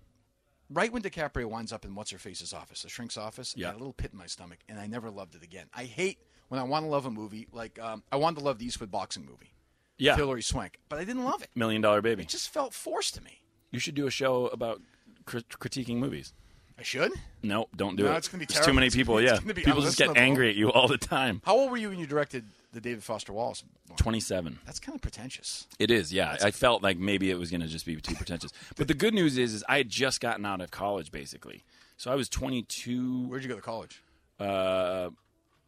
Speaker 2: right when DiCaprio winds up in what's her face's office, the shrink's office, I
Speaker 4: Yeah.
Speaker 2: had a little pit in my stomach and I never loved it again. I hate when I want to love a movie like um, I wanted to love the Eastwood boxing movie,
Speaker 4: yeah,
Speaker 2: Hillary Swank, but I didn't love it.
Speaker 4: Million Dollar Baby.
Speaker 2: It just felt forced to me.
Speaker 4: You should do a show about crit- critiquing movies.
Speaker 2: I should.
Speaker 4: No, don't do
Speaker 2: No,
Speaker 4: it.
Speaker 2: it's gonna be
Speaker 4: There's too
Speaker 2: terrible.
Speaker 4: many
Speaker 2: It's gonna
Speaker 4: people.
Speaker 2: be-
Speaker 4: yeah,
Speaker 2: it's gonna be
Speaker 4: people just get
Speaker 2: unlistenable.
Speaker 4: angry at you all the time.
Speaker 2: How old were you when you directed the David Foster Wallace? one?
Speaker 4: Twenty-seven.
Speaker 2: That's kind of pretentious.
Speaker 4: It is, yeah. I felt like maybe it was going to just be too pretentious. But the good news is, is I had just gotten out of college basically, so I was 22.
Speaker 2: Where'd you go to college?
Speaker 4: Uh,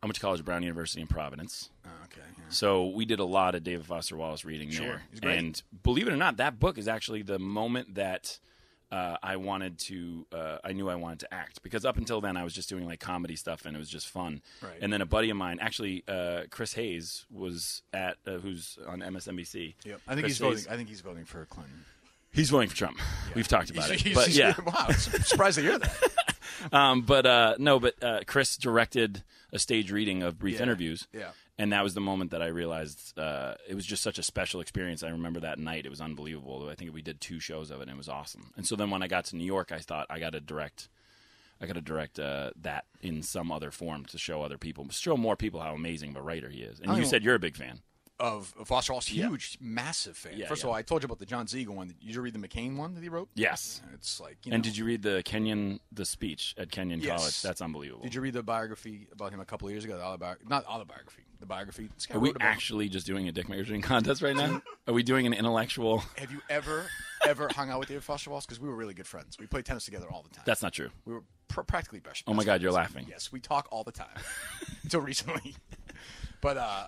Speaker 4: I went to college at Brown University in Providence,
Speaker 2: Oh, okay. yeah.
Speaker 4: so we did a lot of David Foster Wallace reading there.
Speaker 2: he's great.
Speaker 4: And believe it or not, that book is actually the moment that uh, I wanted to. Uh, I knew I wanted to act because up until then I was just doing like comedy stuff and it was just fun.
Speaker 2: Right.
Speaker 4: And then a buddy of mine, actually uh, Chris Hayes, was at uh, who's on MSNBC.
Speaker 2: Yep. I think
Speaker 4: Chris
Speaker 2: he's voting.
Speaker 4: Hayes-
Speaker 2: I think he's voting for Clinton.
Speaker 4: He's voting for Trump. We've talked about
Speaker 2: He's-
Speaker 4: it,
Speaker 2: he's-
Speaker 4: but
Speaker 2: he's-
Speaker 4: yeah,
Speaker 2: wow, I'm surprised to hear that.
Speaker 4: um, but uh, no, but uh, Chris directed a stage reading of brief
Speaker 2: Yeah.
Speaker 4: interviews,
Speaker 2: Yeah.
Speaker 4: and that was the moment that I realized uh, it was just such a special experience. I remember that night; it was unbelievable. I think we did two shows of it, and it was awesome. And so then when I got to New York, I thought I got to direct. I I got to direct uh, that in some other form to show other people, show more people how amazing of a writer he is. And
Speaker 2: I
Speaker 4: you
Speaker 2: don't-
Speaker 4: said you're a big fan.
Speaker 2: Of of Foster Wallace,
Speaker 4: Yeah.
Speaker 2: huge, massive fan.
Speaker 4: Yeah,
Speaker 2: First
Speaker 4: yeah.
Speaker 2: of all, I told you about the John Ziegler one. Did you read the McCain one that he wrote?
Speaker 4: Yes.
Speaker 2: It's like, you
Speaker 4: And
Speaker 2: know-
Speaker 4: did you read the Kenyon the speech at Kenyon
Speaker 2: Yes.
Speaker 4: College? That's unbelievable.
Speaker 2: Did you read the biography about him a couple of years ago? The autobiography, not autobiography, the biography. This guy
Speaker 4: Are we
Speaker 2: wrote about-
Speaker 4: actually just doing a dick measuring contest right now? Are we doing an intellectual?
Speaker 2: Have you ever, ever hung out with David Foster Wallace? Because we were really good friends. We played tennis together all the time.
Speaker 4: That's not true.
Speaker 2: we were pr- practically best.
Speaker 4: Oh my
Speaker 2: best
Speaker 4: God, you're
Speaker 2: friends.
Speaker 4: laughing.
Speaker 2: Yes, we talk all the time until recently. but uh,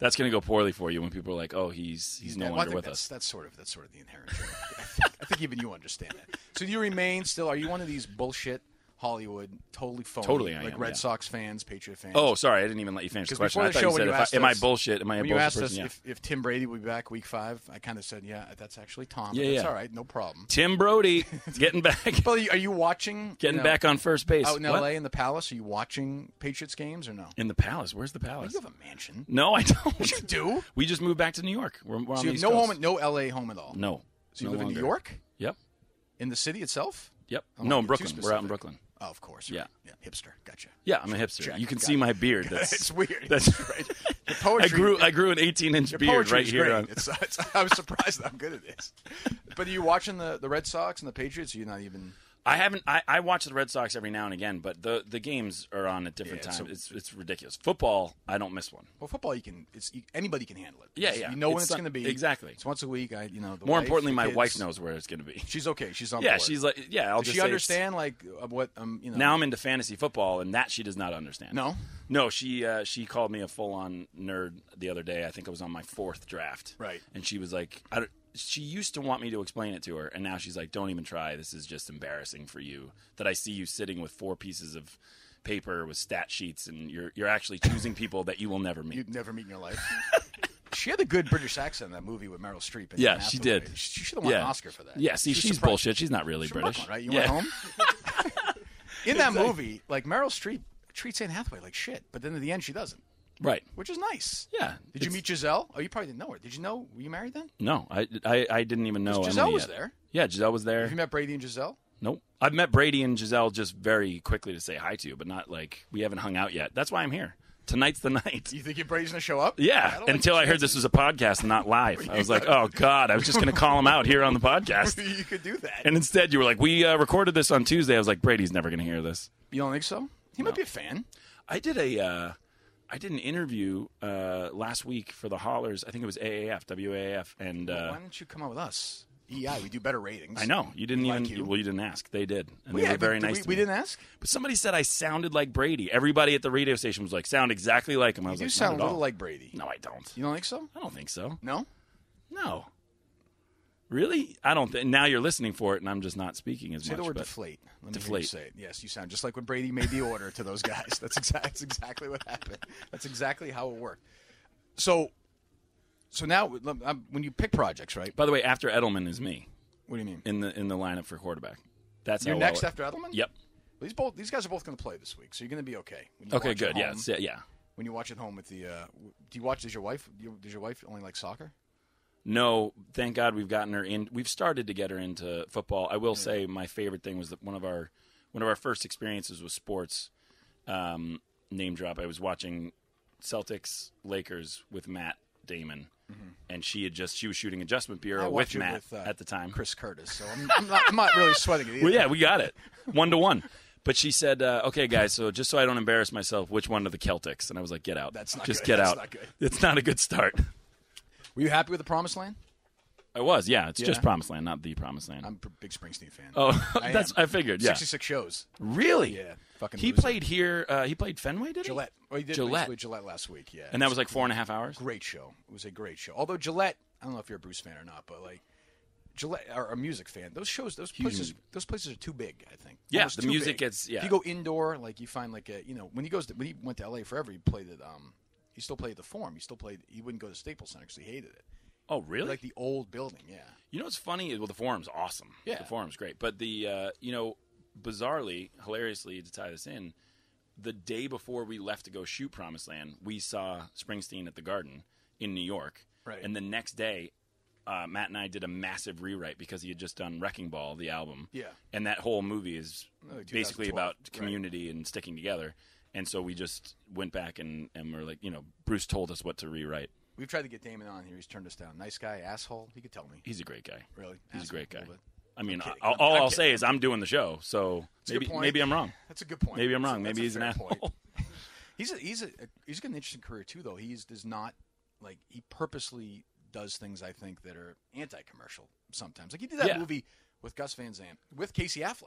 Speaker 4: That's going to go poorly for you when people are like, "Oh, he's he's no
Speaker 2: well, I
Speaker 4: longer
Speaker 2: think
Speaker 4: with
Speaker 2: that's,
Speaker 4: us."
Speaker 2: That's sort of that's sort of the inherent. joke. I, think, I think even you understand that. So do you remain still? Are you one of these bullshit Hollywood, totally phony,
Speaker 4: Totally I
Speaker 2: like
Speaker 4: am,
Speaker 2: Red
Speaker 4: yeah.
Speaker 2: Sox fans, Patriot fans?
Speaker 4: Oh, sorry, I didn't even let you finish the
Speaker 2: Because
Speaker 4: question.
Speaker 2: before
Speaker 4: I
Speaker 2: the
Speaker 4: thought
Speaker 2: show,
Speaker 4: you
Speaker 2: when
Speaker 4: said,
Speaker 2: you
Speaker 4: if I-
Speaker 2: asked
Speaker 4: "Am I
Speaker 2: us-
Speaker 4: bullshit? Am I a
Speaker 2: when
Speaker 4: bullshit
Speaker 2: you asked
Speaker 4: person?"
Speaker 2: us
Speaker 4: yeah.
Speaker 2: if, if Tim Brady will be back week five, I kind of said, yeah, that's actually Tom.
Speaker 4: Yeah,
Speaker 2: that's
Speaker 4: yeah.
Speaker 2: all right, no problem.
Speaker 4: Tim Brody getting back,
Speaker 2: But are you, are you watching? you
Speaker 4: getting
Speaker 2: know,
Speaker 4: back on first base.
Speaker 2: out in
Speaker 4: What?
Speaker 2: L.A. in the Palace. Are you watching Patriots games or no?
Speaker 4: In the palace. Where's the
Speaker 2: Oh,
Speaker 4: palace?
Speaker 2: you have a mansion.
Speaker 4: No, I don't.
Speaker 2: You do?
Speaker 4: We just moved back to New York. We're, we're on
Speaker 2: So
Speaker 4: the
Speaker 2: you have
Speaker 4: East
Speaker 2: no
Speaker 4: Coast.
Speaker 2: home, no L.A. home at all.
Speaker 4: No.
Speaker 2: So you
Speaker 4: no
Speaker 2: live in
Speaker 4: longer.
Speaker 2: New York,
Speaker 4: Yep.
Speaker 2: in the city itself.
Speaker 4: Yep.
Speaker 2: I don't
Speaker 4: no,
Speaker 2: wanna
Speaker 4: in
Speaker 2: get too
Speaker 4: Brooklyn. We're out
Speaker 2: specific.
Speaker 4: in Brooklyn.
Speaker 2: Oh, of course.
Speaker 4: Yeah.
Speaker 2: right. yeah. Hipster. Gotcha.
Speaker 4: Yeah, I'm a hipster.
Speaker 2: Check.
Speaker 4: You can
Speaker 2: Got
Speaker 4: see
Speaker 2: it.
Speaker 4: my beard. That's
Speaker 2: it's weird.
Speaker 4: That's
Speaker 2: right. The
Speaker 4: I
Speaker 2: poetry.
Speaker 4: grew I grew an 18 inch
Speaker 2: Your
Speaker 4: beard
Speaker 2: poetry
Speaker 4: right
Speaker 2: is
Speaker 4: here.
Speaker 2: Great.
Speaker 4: on-
Speaker 2: It's, it's, I'm surprised how good it is. But are you watching the, the Red Sox and the Patriots? Are you not even?
Speaker 4: I haven't. I, I watch the Red Sox every now and again, but the, the games are on at different
Speaker 2: Yeah,
Speaker 4: times.
Speaker 2: so-
Speaker 4: it's it's ridiculous. Football, I don't miss one.
Speaker 2: Well, football you can. It's you- anybody can handle it.
Speaker 4: Yeah,
Speaker 2: It's-
Speaker 4: yeah.
Speaker 2: You know when
Speaker 4: It's
Speaker 2: it's
Speaker 4: not-
Speaker 2: going to be.
Speaker 4: exactly.
Speaker 2: It's once a week. I, you know. The
Speaker 4: More
Speaker 2: wife,
Speaker 4: importantly,
Speaker 2: the
Speaker 4: my
Speaker 2: kids.
Speaker 4: wife knows where it's going to be.
Speaker 2: She's okay. She's on.
Speaker 4: Yeah,
Speaker 2: board.
Speaker 4: she's like, yeah. I'll
Speaker 2: Does
Speaker 4: just
Speaker 2: she
Speaker 4: say
Speaker 2: understand like uh, what um you know?
Speaker 4: It's, now I'm into fantasy football, and that she does not understand.
Speaker 2: No?
Speaker 4: no. She uh, she called me a full on nerd the other day. I think I was on my fourth draft.
Speaker 2: Right.
Speaker 4: and she was like, I don't, she used to want me to explain it to her, and now she's like, don't even try. This is just embarrassing for you that I see you sitting with four pieces of paper with stat sheets, and you're you're actually choosing people that you will never meet.
Speaker 2: you'd never meet in your life. she had a good British accent in that movie with Meryl Streep. And
Speaker 4: Yeah,
Speaker 2: Anne
Speaker 4: she
Speaker 2: Hathaway.
Speaker 4: did.
Speaker 2: She should have won
Speaker 4: yeah.
Speaker 2: an Oscar for that.
Speaker 4: Yeah, see,
Speaker 2: She was
Speaker 4: she's
Speaker 2: surprised.
Speaker 4: bullshit. She's not really
Speaker 2: She's from
Speaker 4: British,
Speaker 2: Brooklyn, right? You
Speaker 4: yeah.
Speaker 2: went home. in that movie, like Meryl Streep treats Anne Hathaway like shit, but then at the end she doesn't,
Speaker 4: Right.
Speaker 2: which is nice.
Speaker 4: Yeah.
Speaker 2: Did you
Speaker 4: It's-
Speaker 2: meet Giselle? Oh, you probably didn't know her. Did you know? Were you married then?
Speaker 4: No, I, I, I didn't even know.
Speaker 2: Giselle
Speaker 4: Emily
Speaker 2: was
Speaker 4: yet.
Speaker 2: there.
Speaker 4: Yeah, Giselle was
Speaker 2: Have
Speaker 4: there.
Speaker 2: you met Brady and Giselle?
Speaker 4: nope. I've met Brady and Giselle just very quickly to say hi to, but not like we haven't hung out yet. That's why I'm here. Tonight's the night.
Speaker 2: Do you think your Brady's gonna show up?
Speaker 4: Yeah,
Speaker 2: don't like
Speaker 4: until
Speaker 2: your
Speaker 4: I heard this was a podcast and not live. I was like, oh, God, I was just going to call him out here on the podcast.
Speaker 2: chances. you could do that.
Speaker 4: And instead, you were like, we uh, recorded this on Tuesday. I was like, Brady's never going to hear this.
Speaker 2: you don't think so? He might be a fan.
Speaker 4: I did a, uh, I did an interview uh, last week for the Hollers. I think it was AAF, WAAF, and uh,
Speaker 2: Why don't you come out with us? EI, we do better ratings.
Speaker 4: I know you didn't
Speaker 2: We
Speaker 4: even.
Speaker 2: like you.
Speaker 4: Well, you didn't ask. They did, and
Speaker 2: Well,
Speaker 4: they
Speaker 2: yeah,
Speaker 4: were very
Speaker 2: but
Speaker 4: nice.
Speaker 2: We,
Speaker 4: to
Speaker 2: we
Speaker 4: me.
Speaker 2: didn't ask.
Speaker 4: But somebody said I sounded like Brady. Everybody at the radio station was like, "Sound exactly like him." I
Speaker 2: You
Speaker 4: was
Speaker 2: do
Speaker 4: like,
Speaker 2: sound a
Speaker 4: "Not at
Speaker 2: little
Speaker 4: all."
Speaker 2: like Brady.
Speaker 4: No, I don't.
Speaker 2: You don't think so?
Speaker 4: I don't think so.
Speaker 2: No.
Speaker 4: No. Really? I don't think. Now you're listening for it, and I'm just not speaking as
Speaker 2: Say
Speaker 4: much.
Speaker 2: the word
Speaker 4: but
Speaker 2: deflate. Let me hear you
Speaker 4: Deflate.
Speaker 2: say it. Yes, you sound just like when Brady made the order to those guys. That's, exa- that's exactly what happened. That's exactly how it worked. So, so now let- um, when you pick projects, right?
Speaker 4: By the way, after Edelman is me
Speaker 2: What do you mean?
Speaker 4: in the in the lineup for quarterback. That's
Speaker 2: You're
Speaker 4: how
Speaker 2: next
Speaker 4: well it-
Speaker 2: after Edelman.
Speaker 4: Yep.
Speaker 2: These both these guys are both going to play this week, so you're going to be okay. When you
Speaker 4: Okay.
Speaker 2: watch at
Speaker 4: Good. Yeah.
Speaker 2: home-
Speaker 4: it's- Yeah.
Speaker 2: When you watch at home with the, uh, w- do you watch? Does your wife? you- Does your wife only like soccer?
Speaker 4: No, thank God we've gotten her in. We've started to get her into football. I will say my favorite thing was that one of our one of our first experiences with sports. Um, name drop. I was watching Celtics Lakers with Matt Damon, and she had just she was shooting Adjustment
Speaker 2: Mm-hmm. I
Speaker 4: Bureau
Speaker 2: watch
Speaker 4: with
Speaker 2: it
Speaker 4: Matt
Speaker 2: with, uh,
Speaker 4: at the time.
Speaker 2: Chris Curtis. So I'm, I'm, not, I'm not really sweating it either.
Speaker 4: Well, yeah, we got it one to one. But she said, uh, "Okay, guys, so just so I don't embarrass myself, which one of the Celtics?" And I was like, "Get out!
Speaker 2: That's not
Speaker 4: just
Speaker 2: good.
Speaker 4: get
Speaker 2: That's
Speaker 4: out.
Speaker 2: not good.
Speaker 4: It's not a good start."
Speaker 2: Were you happy with the Promised Land?
Speaker 4: I was, yeah. It's just
Speaker 2: Yeah.
Speaker 4: Promised Land, not the Promised Land.
Speaker 2: I'm a big Springsteen fan.
Speaker 4: oh,
Speaker 2: I
Speaker 4: that's
Speaker 2: am.
Speaker 4: I figured. Yeah,
Speaker 2: 66 shows.
Speaker 4: Really?
Speaker 2: Yeah, fucking
Speaker 4: He
Speaker 2: loser.
Speaker 4: played here. Uh, he played Fenway, did he?
Speaker 2: Gillette. Oh, he did
Speaker 4: Gillette.
Speaker 2: Gillette. Gillette last week. Yeah,
Speaker 4: And that was like four and a half hours.
Speaker 2: a great show. It was a great show. Although Gillette, I don't know if you're a Bruce fan or not, but like Gillette are a music fan. Those shows, those places, those places are too big. I think.
Speaker 4: Yeah,
Speaker 2: Almost
Speaker 4: the
Speaker 2: too
Speaker 4: music
Speaker 2: big.
Speaker 4: gets- yeah.
Speaker 2: If you go indoor, like you find like a you know when he goes to, when he went to L.A. forever, he played at um he still played at the Forum. He still played. He wouldn't go to Staples Center because he hated it.
Speaker 4: Oh, really?
Speaker 2: Like the old building. Yeah.
Speaker 4: you know what's funny? Well, the forum's awesome.
Speaker 2: Yeah.
Speaker 4: The forum's great. But the, uh, you know, bizarrely, hilariously, to tie this in, the day before we left to go shoot Promised Land, we saw Springsteen at the Garden in New York.
Speaker 2: Right.
Speaker 4: And the next day, uh, Matt and I did a massive rewrite because he had just done Wrecking Ball, the album.
Speaker 2: Yeah.
Speaker 4: And that whole movie is
Speaker 2: Like
Speaker 4: basically
Speaker 2: 2012,
Speaker 4: about
Speaker 2: right.
Speaker 4: community and sticking together. And so we just went back and, and we're like, you know, Bruce told us what to rewrite.
Speaker 2: We've tried to get Damon on here. He's turned us down. Nice guy, asshole. He could tell me.
Speaker 4: He's a great guy.
Speaker 2: Really?
Speaker 4: He's a
Speaker 2: Asshole,
Speaker 4: great guy.
Speaker 2: but-
Speaker 4: I mean,
Speaker 2: kidding.
Speaker 4: all,
Speaker 2: I'm-
Speaker 4: all
Speaker 2: I'm
Speaker 4: I'll
Speaker 2: kidding.
Speaker 4: say is I'm doing the show, so
Speaker 2: That's a good
Speaker 4: maybe
Speaker 2: point.
Speaker 4: maybe I'm wrong.
Speaker 2: That's a good point.
Speaker 4: Maybe I'm
Speaker 2: That's a-
Speaker 4: wrong.
Speaker 2: that's
Speaker 4: Maybe
Speaker 2: a
Speaker 4: he's an
Speaker 2: fair point.
Speaker 4: asshole.
Speaker 2: He's a, he's a, he's got an interesting career too, though. He's does not like he purposely does things I think that are anti-commercial sometimes. Like he did that
Speaker 4: Yeah.
Speaker 2: movie with Gus Van Sant with Casey Affleck.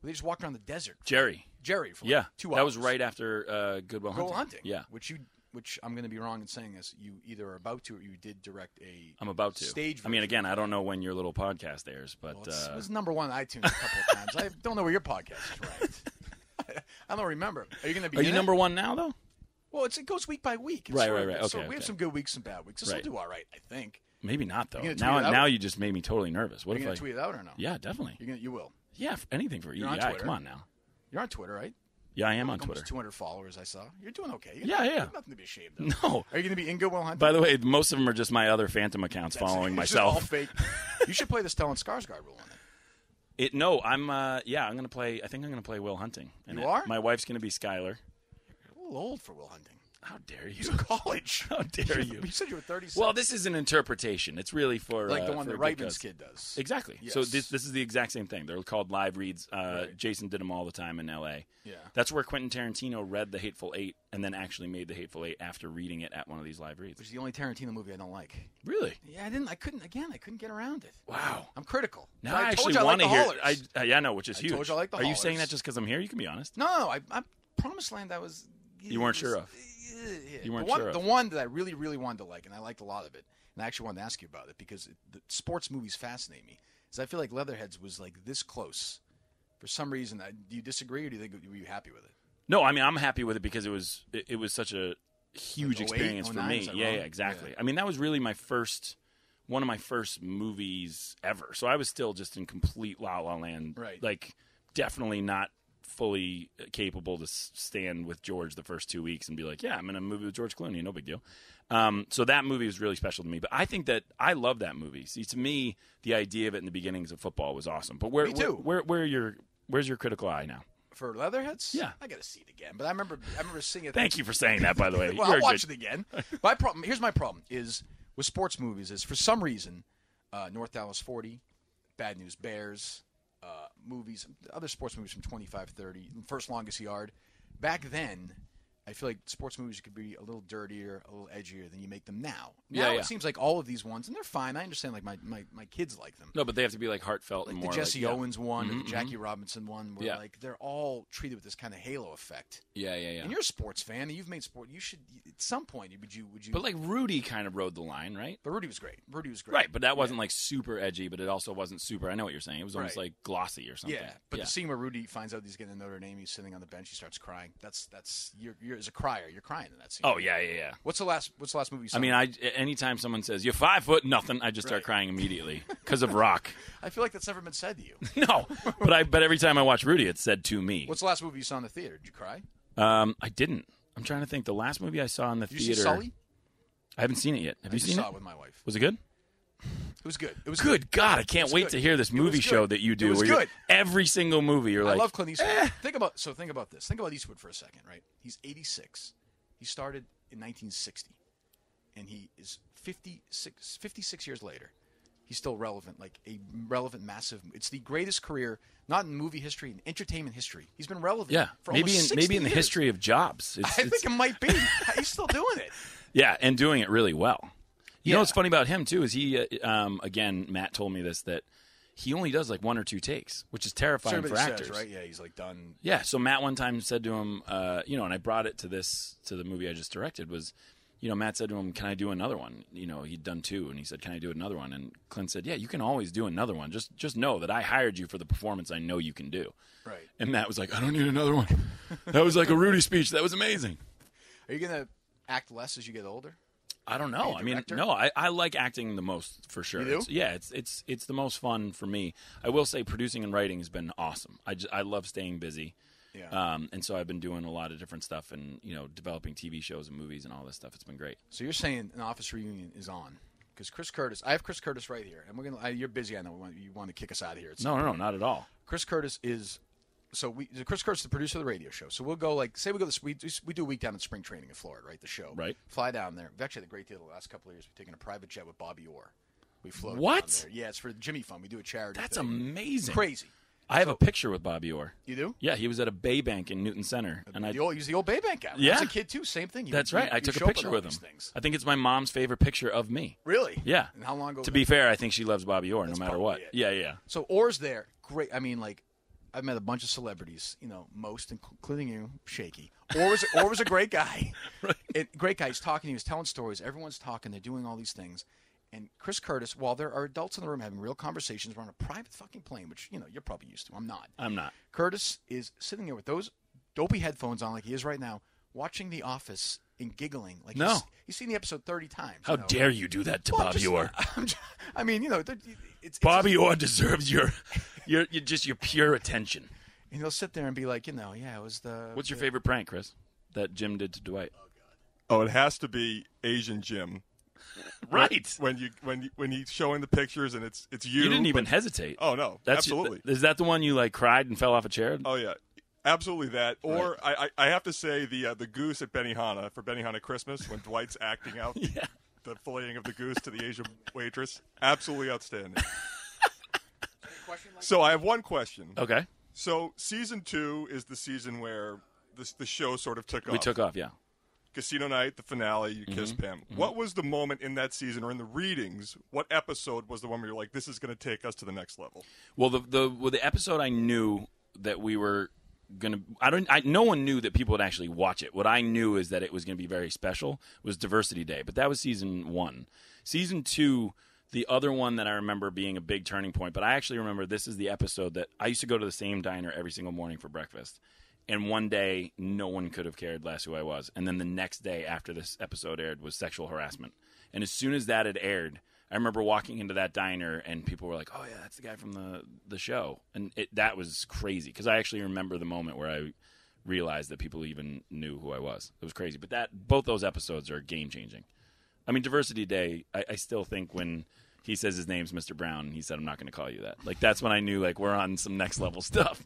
Speaker 2: Where they just walked around the desert,
Speaker 4: Jerry.
Speaker 2: Jerry. For like
Speaker 4: Yeah,
Speaker 2: two hours.
Speaker 4: that was right after uh, Goodwill
Speaker 2: Go
Speaker 4: Hunting.
Speaker 2: hunting.
Speaker 4: Yeah,
Speaker 2: which you which I'm going to be wrong in saying this. You either are about to or you did direct a.
Speaker 4: I'm about to.
Speaker 2: stage.
Speaker 4: I mean,
Speaker 2: version.
Speaker 4: again, I don't know when your little podcast airs, but
Speaker 2: Well, it's, it
Speaker 4: uh,
Speaker 2: was number one on iTunes a couple of times. I don't know where your podcast is ranked. I don't remember. Are you going to be?
Speaker 4: are
Speaker 2: in
Speaker 4: you
Speaker 2: it?
Speaker 4: number one now though?
Speaker 2: Well, it's, it goes week by week. It's
Speaker 4: Right,
Speaker 2: sort of-
Speaker 4: right, right.
Speaker 2: So
Speaker 4: Okay,
Speaker 2: we have
Speaker 4: okay.
Speaker 2: some good weeks, some bad weeks. This
Speaker 4: Right.
Speaker 2: will do all right, I think.
Speaker 4: Maybe not though.
Speaker 2: You gonna
Speaker 4: Now,
Speaker 2: tweet it out?
Speaker 4: now you just made me totally nervous.
Speaker 2: Are
Speaker 4: What
Speaker 2: you
Speaker 4: if
Speaker 2: going
Speaker 4: I?
Speaker 2: to tweet it out or no?
Speaker 4: Yeah, definitely.
Speaker 2: You're gonna, you will.
Speaker 4: Yeah, f- anything for
Speaker 2: You're on
Speaker 4: EDI.
Speaker 2: Twitter.
Speaker 4: Come on now.
Speaker 2: You're on Twitter, right?
Speaker 4: Yeah, I am on
Speaker 2: Almost
Speaker 4: Twitter.
Speaker 2: 200 followers, I saw. You're doing okay. You
Speaker 4: Yeah,
Speaker 2: got-
Speaker 4: yeah.
Speaker 2: you got Nothing to be ashamed of.
Speaker 4: No.
Speaker 2: Are you going to be in Goodwill Hunting?
Speaker 4: By the way, most of them are just my other phantom accounts
Speaker 2: That's-
Speaker 4: following
Speaker 2: it's just all
Speaker 4: myself.
Speaker 2: fake. you should play the Stellan Skarsgård rule on it.
Speaker 4: It no, I'm uh yeah, I'm gonna play. I think I'm gonna play Will Hunting. And
Speaker 2: You
Speaker 4: it-
Speaker 2: are?
Speaker 4: My wife's gonna be Skylar.
Speaker 2: You're a little old for Will Hunting.
Speaker 4: How dare
Speaker 2: He's
Speaker 4: you?
Speaker 2: in college.
Speaker 4: How dare you?
Speaker 2: You said you were 36.
Speaker 4: Well, this is an interpretation. It's really for
Speaker 2: like
Speaker 4: uh,
Speaker 2: the one
Speaker 4: for
Speaker 2: that
Speaker 4: a good
Speaker 2: Reitman's
Speaker 4: cause.
Speaker 2: kid does.
Speaker 4: Exactly. So
Speaker 2: Yes.
Speaker 4: this this is the exact same thing. They're called live reads. Uh, Jason did them all the time in L.A.
Speaker 2: Yeah.
Speaker 4: That's where Quentin Tarantino read The Hateful Eight and then actually made The Hateful Eight after reading it at one of these live reads.
Speaker 2: Which is the only Tarantino movie I don't like.
Speaker 4: Really?
Speaker 2: Yeah, I didn't. I couldn't. Again, I couldn't get around it.
Speaker 4: Wow.
Speaker 2: I'm critical.
Speaker 4: Now
Speaker 2: So
Speaker 4: I,
Speaker 2: told
Speaker 4: actually
Speaker 2: you I like
Speaker 4: want
Speaker 2: the
Speaker 4: to hear.
Speaker 2: Haulers.
Speaker 4: I, I yeah, I know, which is
Speaker 2: I
Speaker 4: huge.
Speaker 2: told you I like the
Speaker 4: Are you saying
Speaker 2: Haulers.
Speaker 4: that just because I'm here? You can be honest.
Speaker 2: No, no, I, I Promised Land. I was.
Speaker 4: You weren't sure of.
Speaker 2: Yeah.
Speaker 4: You weren't
Speaker 2: the one,
Speaker 4: sure of.
Speaker 2: The one that I really, really wanted to like, and I liked a lot of it, and I actually wanted to ask you about it because it, the sports movies fascinate me. Because I feel like Leatherheads was like this close. For some reason, I, do you disagree, or do you think were you happy with it?
Speaker 4: No, I mean I'm happy with it because it was it, it was such a huge
Speaker 2: Like 08,
Speaker 4: experience for
Speaker 2: 09,
Speaker 4: me.
Speaker 2: is that
Speaker 4: Yeah,
Speaker 2: wrong?
Speaker 4: yeah, exactly.
Speaker 2: Yeah.
Speaker 4: I mean that was really my first one of my first movies ever. So I was still just in complete la la land.
Speaker 2: Right.
Speaker 4: Like definitely not fully capable to s- stand with George the first two weeks and be like, yeah, I'm in a movie with George Clooney, no big deal. Um, so that movie was really special to me. But I think that I love that movie. See, to me, the idea of it in the beginnings of football was awesome. But where
Speaker 2: Me too.
Speaker 4: where where, where are your where's your critical eye now?
Speaker 2: For Leatherheads,
Speaker 4: Yeah.
Speaker 2: I got to see it again. But I remember, I remember seeing it.
Speaker 4: Thank you for saying that, by the way.
Speaker 2: well,
Speaker 4: You're
Speaker 2: I'll
Speaker 4: a
Speaker 2: watch
Speaker 4: good-
Speaker 2: it again. My problem here's my problem is with sports movies is for some reason uh, North Dallas 40, Bad News Bears, uh, movies, other sports movies from 25, 30, First Longest Yard. Back then, I feel like sports movies could be a little dirtier, a little edgier than you make them now. Now
Speaker 4: Yeah, yeah.
Speaker 2: it seems like all of these ones, and they're fine. I understand, like my my, my kids like them.
Speaker 4: No, but they have to be like heartfelt and
Speaker 2: Like
Speaker 4: more
Speaker 2: the Jesse
Speaker 4: like, yeah.
Speaker 2: Owens one, or the Jackie Robinson one, where
Speaker 4: Yeah.
Speaker 2: like they're all treated with this kind of halo effect.
Speaker 4: Yeah, yeah, yeah.
Speaker 2: And you're a sports fan, and you've made sport. You should at some point. Would you? Would you?
Speaker 4: but like Rudy kind of rode the line, right?
Speaker 2: But Rudy was great. Rudy was great.
Speaker 4: Right, but that wasn't like super edgy, but it also wasn't super. I know what you're saying. It was almost
Speaker 2: Right.
Speaker 4: like glossy or something.
Speaker 2: yeah. But the scene where Rudy finds out he's getting to Notre Dame, he's sitting on the bench, he starts crying. That's that's you're you're as a crier, you're crying in that scene.
Speaker 4: oh yeah, yeah, yeah.
Speaker 2: What's the last What's the last movie? You saw?
Speaker 4: I mean, I anytime someone says you're five foot nothing, I just start
Speaker 2: Right.
Speaker 4: crying immediately because of Rock.
Speaker 2: I feel like that's never been said to you.
Speaker 4: no, but I but every time I watch Rudy, it's said to me.
Speaker 2: What's the last movie you saw in the theater? Did you cry?
Speaker 4: Um, I didn't. I'm trying to think. The last movie I saw in the
Speaker 2: Did you
Speaker 4: theater,
Speaker 2: see Sully?
Speaker 4: I haven't seen it yet. Have
Speaker 2: I
Speaker 4: you
Speaker 2: just
Speaker 4: seen
Speaker 2: saw
Speaker 4: it?
Speaker 2: with my wife.
Speaker 4: Was it good?
Speaker 2: It was good. It was
Speaker 4: Good God, I can't
Speaker 2: was
Speaker 4: wait
Speaker 2: good.
Speaker 4: to hear this
Speaker 2: It was
Speaker 4: movie show
Speaker 2: good.
Speaker 4: that you
Speaker 2: It
Speaker 4: do.
Speaker 2: was
Speaker 4: where you're-
Speaker 2: good.
Speaker 4: Every single movie, you're
Speaker 2: I
Speaker 4: like, eh.
Speaker 2: love Clint Eastwood. Think about so think about this. Think about Eastwood for a second, right? He's 86. He started in 1960, and he is 56. 56 years later, he's still relevant, like a relevant, massive. It's the greatest career, not in movie history, in entertainment history. He's been relevant.
Speaker 4: yeah,
Speaker 2: for
Speaker 4: maybe
Speaker 2: almost 60
Speaker 4: in, maybe in the
Speaker 2: years.
Speaker 4: history of jobs. It's,
Speaker 2: I
Speaker 4: it's-
Speaker 2: think it might be. he's still doing it.
Speaker 4: Yeah, and doing it really well. You know
Speaker 2: Yeah.
Speaker 4: what's funny about him too is he uh, um, again Matt told me this that he only does like one or two takes, which is terrifying
Speaker 2: Everybody
Speaker 4: for
Speaker 2: says,
Speaker 4: actors,
Speaker 2: right? Yeah, he's like done.
Speaker 4: Yeah. So Matt one time said to him, uh, you know, and I brought it to this to the movie I just directed was, you know, Matt said to him, "Can I do another one?" You know, he'd done two, and he said, "Can I do another one?" And Clint said, "Yeah, you can always do another one. Just just know that I hired you for the performance I know you can do."
Speaker 2: Right.
Speaker 4: And Matt was like, "I don't need another one." that was like a Rudy speech. That was amazing.
Speaker 2: Are you gonna act less as you get older?
Speaker 4: I don't know.
Speaker 2: a
Speaker 4: I mean,
Speaker 2: director?
Speaker 4: no, I, I like acting the most for sure.
Speaker 2: You do?
Speaker 4: It's- yeah, it's it's it's the most fun for me. I will say producing and writing has been awesome. I just, I love staying busy.
Speaker 2: Yeah.
Speaker 4: Um, and so I've been doing a lot of different stuff and you know developing TV shows and movies and all this stuff. It's been great.
Speaker 2: So you're saying an office reunion is on? because Chris Curtis. I have Chris Curtis right here, and we're gonna. I, you're busy. I know. We want- You want to kick us out of here. It's
Speaker 4: No, no, no, not at all.
Speaker 2: Chris Curtis is. So we Chris Curtis is the producer of the radio show. So we'll go like say we go this we do, we do a week down in spring training in Florida, right? The show,
Speaker 4: Right.
Speaker 2: Fly down there. We've actually had a great deal the last couple of years. We've taken a private jet with Bobby Orr. We float
Speaker 4: What?
Speaker 2: Down there. Yeah, it's for the Jimmy Fund. We do a charity.
Speaker 4: That's
Speaker 2: thing.
Speaker 4: amazing.
Speaker 2: Crazy.
Speaker 4: I have a picture with Bobby Orr.
Speaker 2: You do?
Speaker 4: Yeah, he was at a Bay Bank in Newton Center, and I.
Speaker 2: the old, he's the old Bay Bank guy. When I was
Speaker 4: Yeah.
Speaker 2: a kid too. Same thing. You-
Speaker 4: That's
Speaker 2: you-
Speaker 4: right. I
Speaker 2: you
Speaker 4: took
Speaker 2: show up
Speaker 4: a
Speaker 2: at
Speaker 4: picture
Speaker 2: all
Speaker 4: with him.
Speaker 2: these Things.
Speaker 4: I think it's my mom's favorite picture of me.
Speaker 2: Really?
Speaker 4: Yeah.
Speaker 2: And how long ago? was
Speaker 4: To
Speaker 2: that?
Speaker 4: be fair, I think she loves Bobby Orr
Speaker 2: That's
Speaker 4: no matter
Speaker 2: probably
Speaker 4: what.
Speaker 2: it.
Speaker 4: Yeah, yeah.
Speaker 2: So Orr's there. Great. I mean, like, I've met a bunch of celebrities. You know, most including you, Shaky. Orr was Orr was a great guy. And great guy. He's talking. He was telling stories. Everyone's talking. They're doing all these things. And Chris Curtis, while there are adults in the room having real conversations, we're on a private fucking plane, which you know you're probably used to. I'm not.
Speaker 4: I'm not.
Speaker 2: Curtis is sitting there with those dopey headphones on, like he is right now, watching The Office and giggling. Like
Speaker 4: No.
Speaker 2: he's, he's seen the episode thirty times.
Speaker 4: How
Speaker 2: you know?
Speaker 4: dare you do that to
Speaker 2: Well, I'm
Speaker 4: Bobby
Speaker 2: just-
Speaker 4: Orr?
Speaker 2: I'm just- I mean, you know, they're- it's, it's
Speaker 4: Bobby Orr deserves your, your, your just your pure attention.
Speaker 2: And he'll sit there and be like, you know, yeah, it was the.
Speaker 4: What's your favorite prank, Chris? That Jim did to Dwight.
Speaker 6: Oh, it has to be Asian Jim.
Speaker 4: Right.
Speaker 6: When you when you, when he's showing the pictures and it's it's you.
Speaker 4: You didn't even
Speaker 6: but-
Speaker 4: hesitate.
Speaker 6: Oh no,
Speaker 4: That's
Speaker 6: absolutely.
Speaker 4: Is that the one you like cried and fell off a chair?
Speaker 6: oh yeah, absolutely that. Or I, I I have to say the uh, the goose at Benihana for Benihana Christmas when Dwight's acting out
Speaker 4: Yeah.
Speaker 6: the filleting of the goose to the Asian waitress. Absolutely outstanding. So I have one question.
Speaker 4: Okay.
Speaker 6: So season two is the season where this, the show sort of took off.
Speaker 4: We took off. Yeah.
Speaker 6: Casino Night, the finale, you kiss Pam. What was the moment in that season or in the readings? What episode was the one where you're like, this is going to take us to the next level?
Speaker 4: Well, the the well, the episode I knew that we were gonna. I don't. I no one knew that people would actually watch it. What I knew is that it was gonna be very special. Was Diversity Day, but that was season one. Season two. The other one that I remember being a big turning point, but I actually remember this is the episode that I used to go to the same diner every single morning for breakfast. And one day, no one could have cared less who I was. And then the next day after this episode aired was sexual harassment. And as soon as that had aired, I remember walking into that diner and people were like, "Oh yeah, that's the guy from the the show," and it, that was crazy because I actually remember the moment where I realized that people even knew who I was. It was crazy, but that both those episodes are game changing. I mean, Diversity Day. I, I still think when he says his name's Mr. Brown, and he said, "I'm not going to call you that." Like that's when I knew like we're on some next level stuff.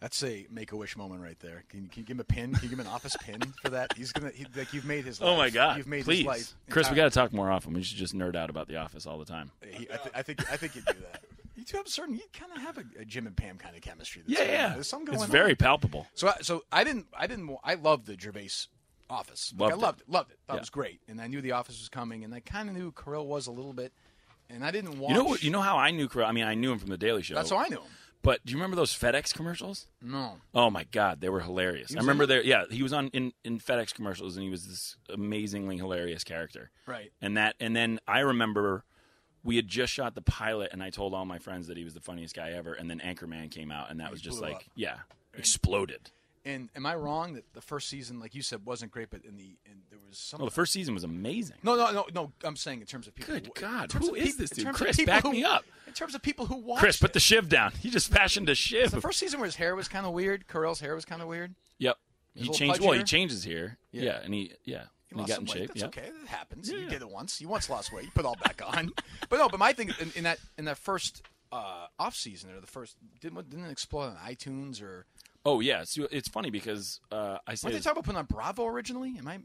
Speaker 2: That's a make a wish moment right there. Can, can you give him a pin? Can you give him an office pin for that? He's gonna he, like you've made his. Life.
Speaker 4: Oh my god!
Speaker 2: You've made
Speaker 4: Please,
Speaker 2: his life.
Speaker 4: Chris, we
Speaker 2: entire-
Speaker 4: got to talk more often. We should just nerd out about The Office all the time.
Speaker 2: He, I, th- I think I think you do that. You two have certain. You kind of have a, a Jim and Pam kind of chemistry. That's
Speaker 4: Yeah,
Speaker 2: going on.
Speaker 4: yeah.
Speaker 2: There's something going
Speaker 4: It's
Speaker 2: on.
Speaker 4: very palpable.
Speaker 2: So I, so I didn't I didn't wa- I loved the Gervais Office. Like,
Speaker 4: Loved
Speaker 2: I
Speaker 4: it.
Speaker 2: loved it. Loved it. That
Speaker 4: Yeah.
Speaker 2: was great. And I knew the Office was coming, and I kind of knew Carell was a little bit, and I didn't watch.
Speaker 4: You know what? You know how I knew Carell. I mean, I knew him from The Daily Show.
Speaker 2: That's how I knew him.
Speaker 4: But do you remember those FedEx commercials?
Speaker 2: No.
Speaker 4: Oh my God, they were hilarious. I
Speaker 2: was
Speaker 4: remember
Speaker 2: on-
Speaker 4: there. Yeah, he was on in, in FedEx commercials, and he was this amazingly hilarious character.
Speaker 2: Right.
Speaker 4: And that, and then I remember we had just shot the pilot, and I told all my friends that he was the funniest guy ever. And then Anchorman came out, and that was just
Speaker 2: blew
Speaker 4: like,
Speaker 2: up.
Speaker 4: yeah, exploded.
Speaker 2: And am I wrong that the first season, like you said, wasn't great, but in the and there was some.
Speaker 4: Well, the first season was amazing.
Speaker 2: no, no, no, no. I'm saying in terms of people.
Speaker 4: Good
Speaker 2: who-
Speaker 4: God,
Speaker 2: in terms
Speaker 4: who
Speaker 2: of
Speaker 4: is
Speaker 2: peop-
Speaker 4: this
Speaker 2: in
Speaker 4: dude?
Speaker 2: terms of
Speaker 4: Chris,
Speaker 2: people
Speaker 4: back
Speaker 2: who-
Speaker 4: me up.
Speaker 2: In terms of people who watched.
Speaker 4: Chris, put
Speaker 2: it.
Speaker 4: the shiv down. He just fashioned a shiv.
Speaker 2: the first season where his hair was kind of weird. Carell's hair was kind of weird.
Speaker 4: yep. He
Speaker 2: little
Speaker 4: changed.
Speaker 2: pudgy
Speaker 4: Well, he
Speaker 2: hair?
Speaker 4: changes here.
Speaker 2: Yeah.
Speaker 4: Yeah. and he
Speaker 2: He
Speaker 4: yeah. and he
Speaker 2: lost
Speaker 4: got
Speaker 2: some
Speaker 4: in
Speaker 2: weight.
Speaker 4: shape.
Speaker 2: That's
Speaker 4: yeah.
Speaker 2: okay. That happens. You
Speaker 4: Yeah.
Speaker 2: did it once. You once lost weight. You put it all back on. but no. But my thing in, in that in that first uh, off season or the first didn't what- didn't it explode on iTunes or
Speaker 4: Oh yeah. So it's funny because uh, I say
Speaker 2: weren't they
Speaker 4: this-
Speaker 2: talking about putting on Bravo originally? Am I?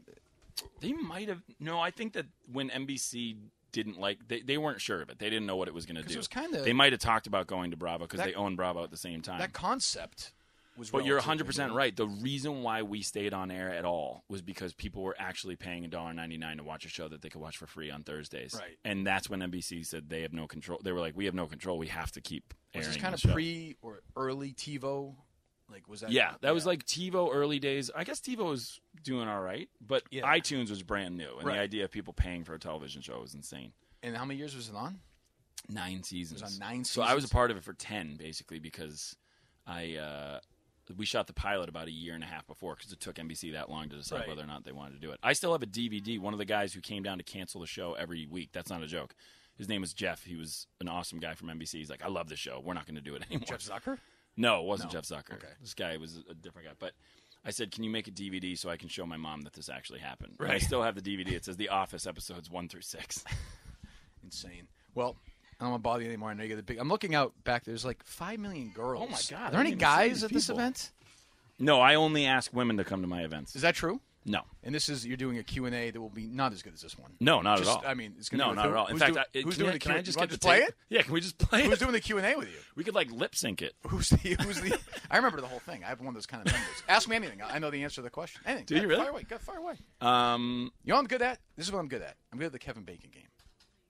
Speaker 4: They might have. No, I think that when NBC didn't like, they, they weren't sure of it. They didn't know what it was going to
Speaker 2: 'Cause it
Speaker 4: do.
Speaker 2: was kinda-
Speaker 4: they might have talked about going to Bravo because
Speaker 2: That-
Speaker 4: they own Bravo at the same time.
Speaker 2: That concept was.
Speaker 4: but you're
Speaker 2: relatively
Speaker 4: 100 percent
Speaker 2: new.
Speaker 4: right. The reason why we stayed on air at all was because people were actually paying $1.99 to watch a show that they could watch for free on Thursdays.
Speaker 2: Right.
Speaker 4: And that's when NBC said they have no control. They were like, we have no control. We have to keep.
Speaker 2: Was this
Speaker 4: airing
Speaker 2: kind
Speaker 4: the
Speaker 2: of
Speaker 4: show."
Speaker 2: pre or early TiVo? Like was that?
Speaker 4: Yeah, that was like TiVo early days. I guess TiVo was doing all right, but
Speaker 2: Yeah.
Speaker 4: iTunes was brand new, and
Speaker 2: Right.
Speaker 4: the idea of people paying for a television show was insane.
Speaker 2: And how many years was it on?
Speaker 4: nine seasons.
Speaker 2: on nine
Speaker 4: So I was a
Speaker 2: seasons?
Speaker 4: part of it for ten, basically, because I uh, we shot the pilot about a year and a half before because it took NBC that long to decide
Speaker 2: Right.
Speaker 4: whether or not they wanted to do it. I still have a DVD. One of the guys who came down to cancel the show every week. That's not a joke. His name was Jeff. He was an awesome guy from NBC. He's like, I love the show. We're not going to do it anymore.
Speaker 2: Jeff Zucker.
Speaker 4: No, it wasn't Jeff Zucker.
Speaker 2: Okay.
Speaker 4: This guy was a different guy. But I said, "Can you make a DVD so I can show my mom that this actually happened?" And I
Speaker 2: Right.
Speaker 4: still have the DVD. It says The Office episodes one through six.
Speaker 2: Insane. Well, I don't want to bother you anymore. I know you got the big. I'm looking out back. There's like five million girls.
Speaker 4: Oh, my God.
Speaker 2: Are
Speaker 4: I
Speaker 2: there any
Speaker 4: didn't even see
Speaker 2: guys
Speaker 4: these
Speaker 2: at this
Speaker 4: people.
Speaker 2: event?
Speaker 4: No, I only ask women to come to my events.
Speaker 2: Is that true?
Speaker 4: No.
Speaker 2: And this is you're doing a Q and A that will be not as good as this one.
Speaker 4: No, not
Speaker 2: Just-
Speaker 4: at all.
Speaker 2: I mean, it's gonna be
Speaker 4: no,
Speaker 2: with
Speaker 4: not
Speaker 2: who?
Speaker 4: at all. In
Speaker 2: Who's
Speaker 4: fact,
Speaker 2: do-
Speaker 4: I,
Speaker 2: who's
Speaker 4: can,
Speaker 2: doing
Speaker 4: I,
Speaker 2: the
Speaker 4: can
Speaker 2: Q-
Speaker 4: I just
Speaker 2: you
Speaker 4: get
Speaker 2: want
Speaker 4: the
Speaker 2: to play
Speaker 4: tape?
Speaker 2: it?
Speaker 4: Yeah, can we just play
Speaker 2: Who's
Speaker 4: it?
Speaker 2: doing the Q and A with you?
Speaker 4: We could like lip sync it.
Speaker 2: Who's the Who's the? I remember the whole thing. I have one of those kind of members. Ask me anything. I I know the answer to the question. Anything.
Speaker 4: Do you
Speaker 2: Go-
Speaker 4: really?
Speaker 2: Fire away. Go fire away.
Speaker 4: Um,
Speaker 2: You know what I'm good at? This is what I'm good at. I'm good at the Kevin Bacon game.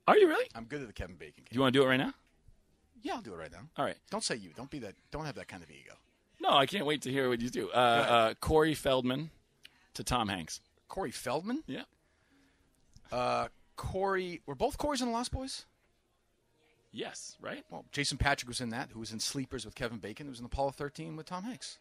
Speaker 4: are you really?
Speaker 2: I'm good at the Kevin Bacon game.
Speaker 4: You want to do it right now?
Speaker 2: Yeah, I'll do it right now.
Speaker 4: All right.
Speaker 2: Don't say you. Don't be that. Don't have that kind of ego.
Speaker 4: No, I can't wait to hear what you do. Uh, uh, Corey Feldman to Tom Hanks.
Speaker 2: Corey Feldman.
Speaker 4: Yeah.
Speaker 2: Uh, Corey. Were both Corey's in the Lost Boys?
Speaker 4: Yes. Right.
Speaker 2: Well, Jason Patrick was in that. Who was in Sleepers with Kevin Bacon? Who was in Apollo 13 with Tom Hanks?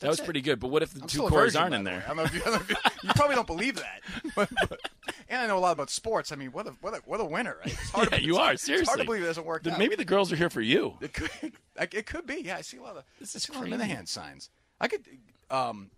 Speaker 4: That
Speaker 2: That's
Speaker 4: was
Speaker 2: it.
Speaker 4: pretty good. But what if the
Speaker 2: I'm
Speaker 4: two
Speaker 2: still a
Speaker 4: Corys
Speaker 2: virgin,
Speaker 4: aren't
Speaker 2: by
Speaker 4: in
Speaker 2: the way.
Speaker 4: there?
Speaker 2: I don't know if you, I don't know if you, you probably don't believe that. But, but- and I know a lot about sports. I mean, what a what a, what a winner! Right? It's hard
Speaker 4: Yeah,
Speaker 2: to,
Speaker 4: you
Speaker 2: it's
Speaker 4: are
Speaker 2: hard-
Speaker 4: seriously.
Speaker 2: It's hard to believe it doesn't work.
Speaker 4: Then
Speaker 2: out.
Speaker 4: Maybe the girls are here for you.
Speaker 2: It could, like, it could be. Yeah, I see a lot of I
Speaker 4: This is
Speaker 2: see a lot of
Speaker 4: crazy.
Speaker 2: Minahan signs. I could. Um,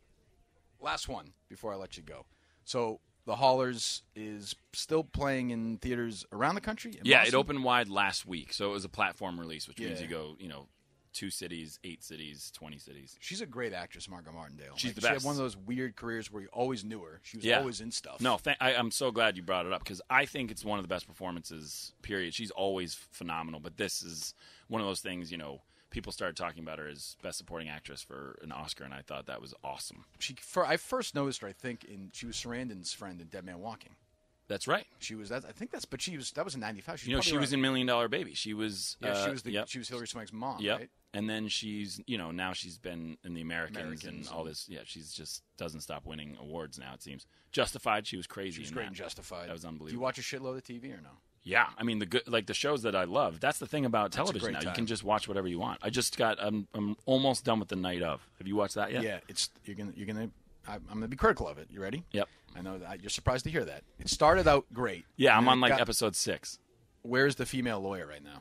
Speaker 2: last one before I let you go. So the Haulers is still playing in theaters around the country. in
Speaker 4: Yeah, it
Speaker 2: Boston?
Speaker 4: opened wide last week, so it was a platform release, which means
Speaker 2: Yeah.
Speaker 4: you go, you know, two cities, eight cities, twenty cities.
Speaker 2: She's a great actress, Margot Martindale.
Speaker 4: She's
Speaker 2: Like,
Speaker 4: the
Speaker 2: She had
Speaker 4: best.
Speaker 2: one of those weird careers where you always knew her. She was
Speaker 4: Yeah.
Speaker 2: always in stuff.
Speaker 4: No, th- I, I'm so glad you brought it up because I think it's one of the best performances. Period. She's always phenomenal, but this is one of those things. You know, people started talking about her as best supporting actress for an Oscar, and I thought that was awesome.
Speaker 2: she. For, I first noticed her. I think in she was Sarandon's friend in Dead Man Walking.
Speaker 4: That's right.
Speaker 2: She was that. I think that's. But she was. That was in '95.
Speaker 4: You know, she was in Million Dollar Baby. She was.
Speaker 2: Yeah,
Speaker 4: uh,
Speaker 2: she was the.
Speaker 4: Yep.
Speaker 2: She was Hillary Swank's mom.
Speaker 4: yep.
Speaker 2: Right?
Speaker 4: And then she's, you know, now she's been in the Americans,
Speaker 2: Americans
Speaker 4: and all this. Yeah, she's just doesn't stop winning awards now. It seems justified. She was crazy.
Speaker 2: She was
Speaker 4: in
Speaker 2: great
Speaker 4: that.
Speaker 2: and justified.
Speaker 4: That was
Speaker 2: Do you
Speaker 4: unbelievable.
Speaker 2: watch a shitload of TV or no?
Speaker 4: Yeah, I mean the good, like the shows that I love. That's the thing about
Speaker 2: a
Speaker 4: television
Speaker 2: great
Speaker 4: now.
Speaker 2: time.
Speaker 4: You can just watch whatever you want. I just got. I'm I'm almost done with the night of. Have you watched that yet?
Speaker 2: Yeah, it's you're gonna you're gonna. I, I'm gonna be critical of it. You ready?
Speaker 4: Yep.
Speaker 2: I know that you're surprised to hear that. It started out great.
Speaker 4: Yeah, I'm
Speaker 2: And
Speaker 4: on
Speaker 2: it
Speaker 4: like
Speaker 2: got-
Speaker 4: episode six.
Speaker 2: Where's the female lawyer right now?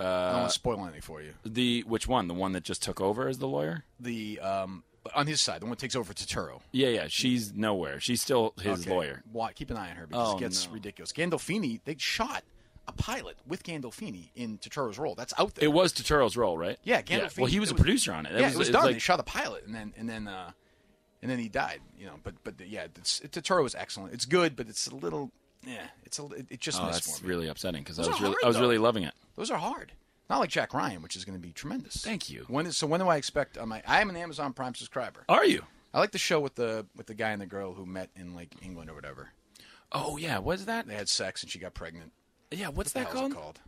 Speaker 4: Uh,
Speaker 2: I don't want to spoil anything for you.
Speaker 4: The which one? The one that just took over as the lawyer?
Speaker 2: The um on his side, the one that takes over Totoro.
Speaker 4: Yeah, yeah. She's nowhere. She's still his
Speaker 2: Okay.
Speaker 4: lawyer.
Speaker 2: Wa- keep an eye on her because
Speaker 4: Oh,
Speaker 2: it gets
Speaker 4: no.
Speaker 2: ridiculous. Gandolfini, they shot a pilot with Gandolfini in Totoro's role. That's out there.
Speaker 4: It was Totoro's role, right?
Speaker 2: Yeah, Gandolfini.
Speaker 4: Well, he was
Speaker 2: it
Speaker 4: a producer on it. That
Speaker 2: yeah,
Speaker 4: was,
Speaker 2: it was
Speaker 4: it's
Speaker 2: done.
Speaker 4: like-
Speaker 2: they shot the pilot, and then and then uh, and then he died. You know, but but yeah, it's, it, Totoro is excellent. It's good, but it's a little yeah. It's a it, it just
Speaker 4: oh,
Speaker 2: missed
Speaker 4: that's
Speaker 2: for me.
Speaker 4: really upsetting because I
Speaker 2: Those
Speaker 4: was
Speaker 2: are
Speaker 4: really
Speaker 2: hard,
Speaker 4: I was
Speaker 2: though.
Speaker 4: really loving it.
Speaker 2: Those are hard. Not like Jack Ryan, which is going to be tremendous.
Speaker 4: Thank you.
Speaker 2: When is so? When do I expect? On my, I am an Amazon Prime subscriber.
Speaker 4: Are you?
Speaker 2: I like the show with the with the guy and the girl who met in like England or whatever.
Speaker 4: Oh yeah. Was that?
Speaker 2: They had sex and she got pregnant.
Speaker 4: Yeah. What's
Speaker 2: What
Speaker 4: that
Speaker 2: the hell is
Speaker 4: called?
Speaker 2: it called?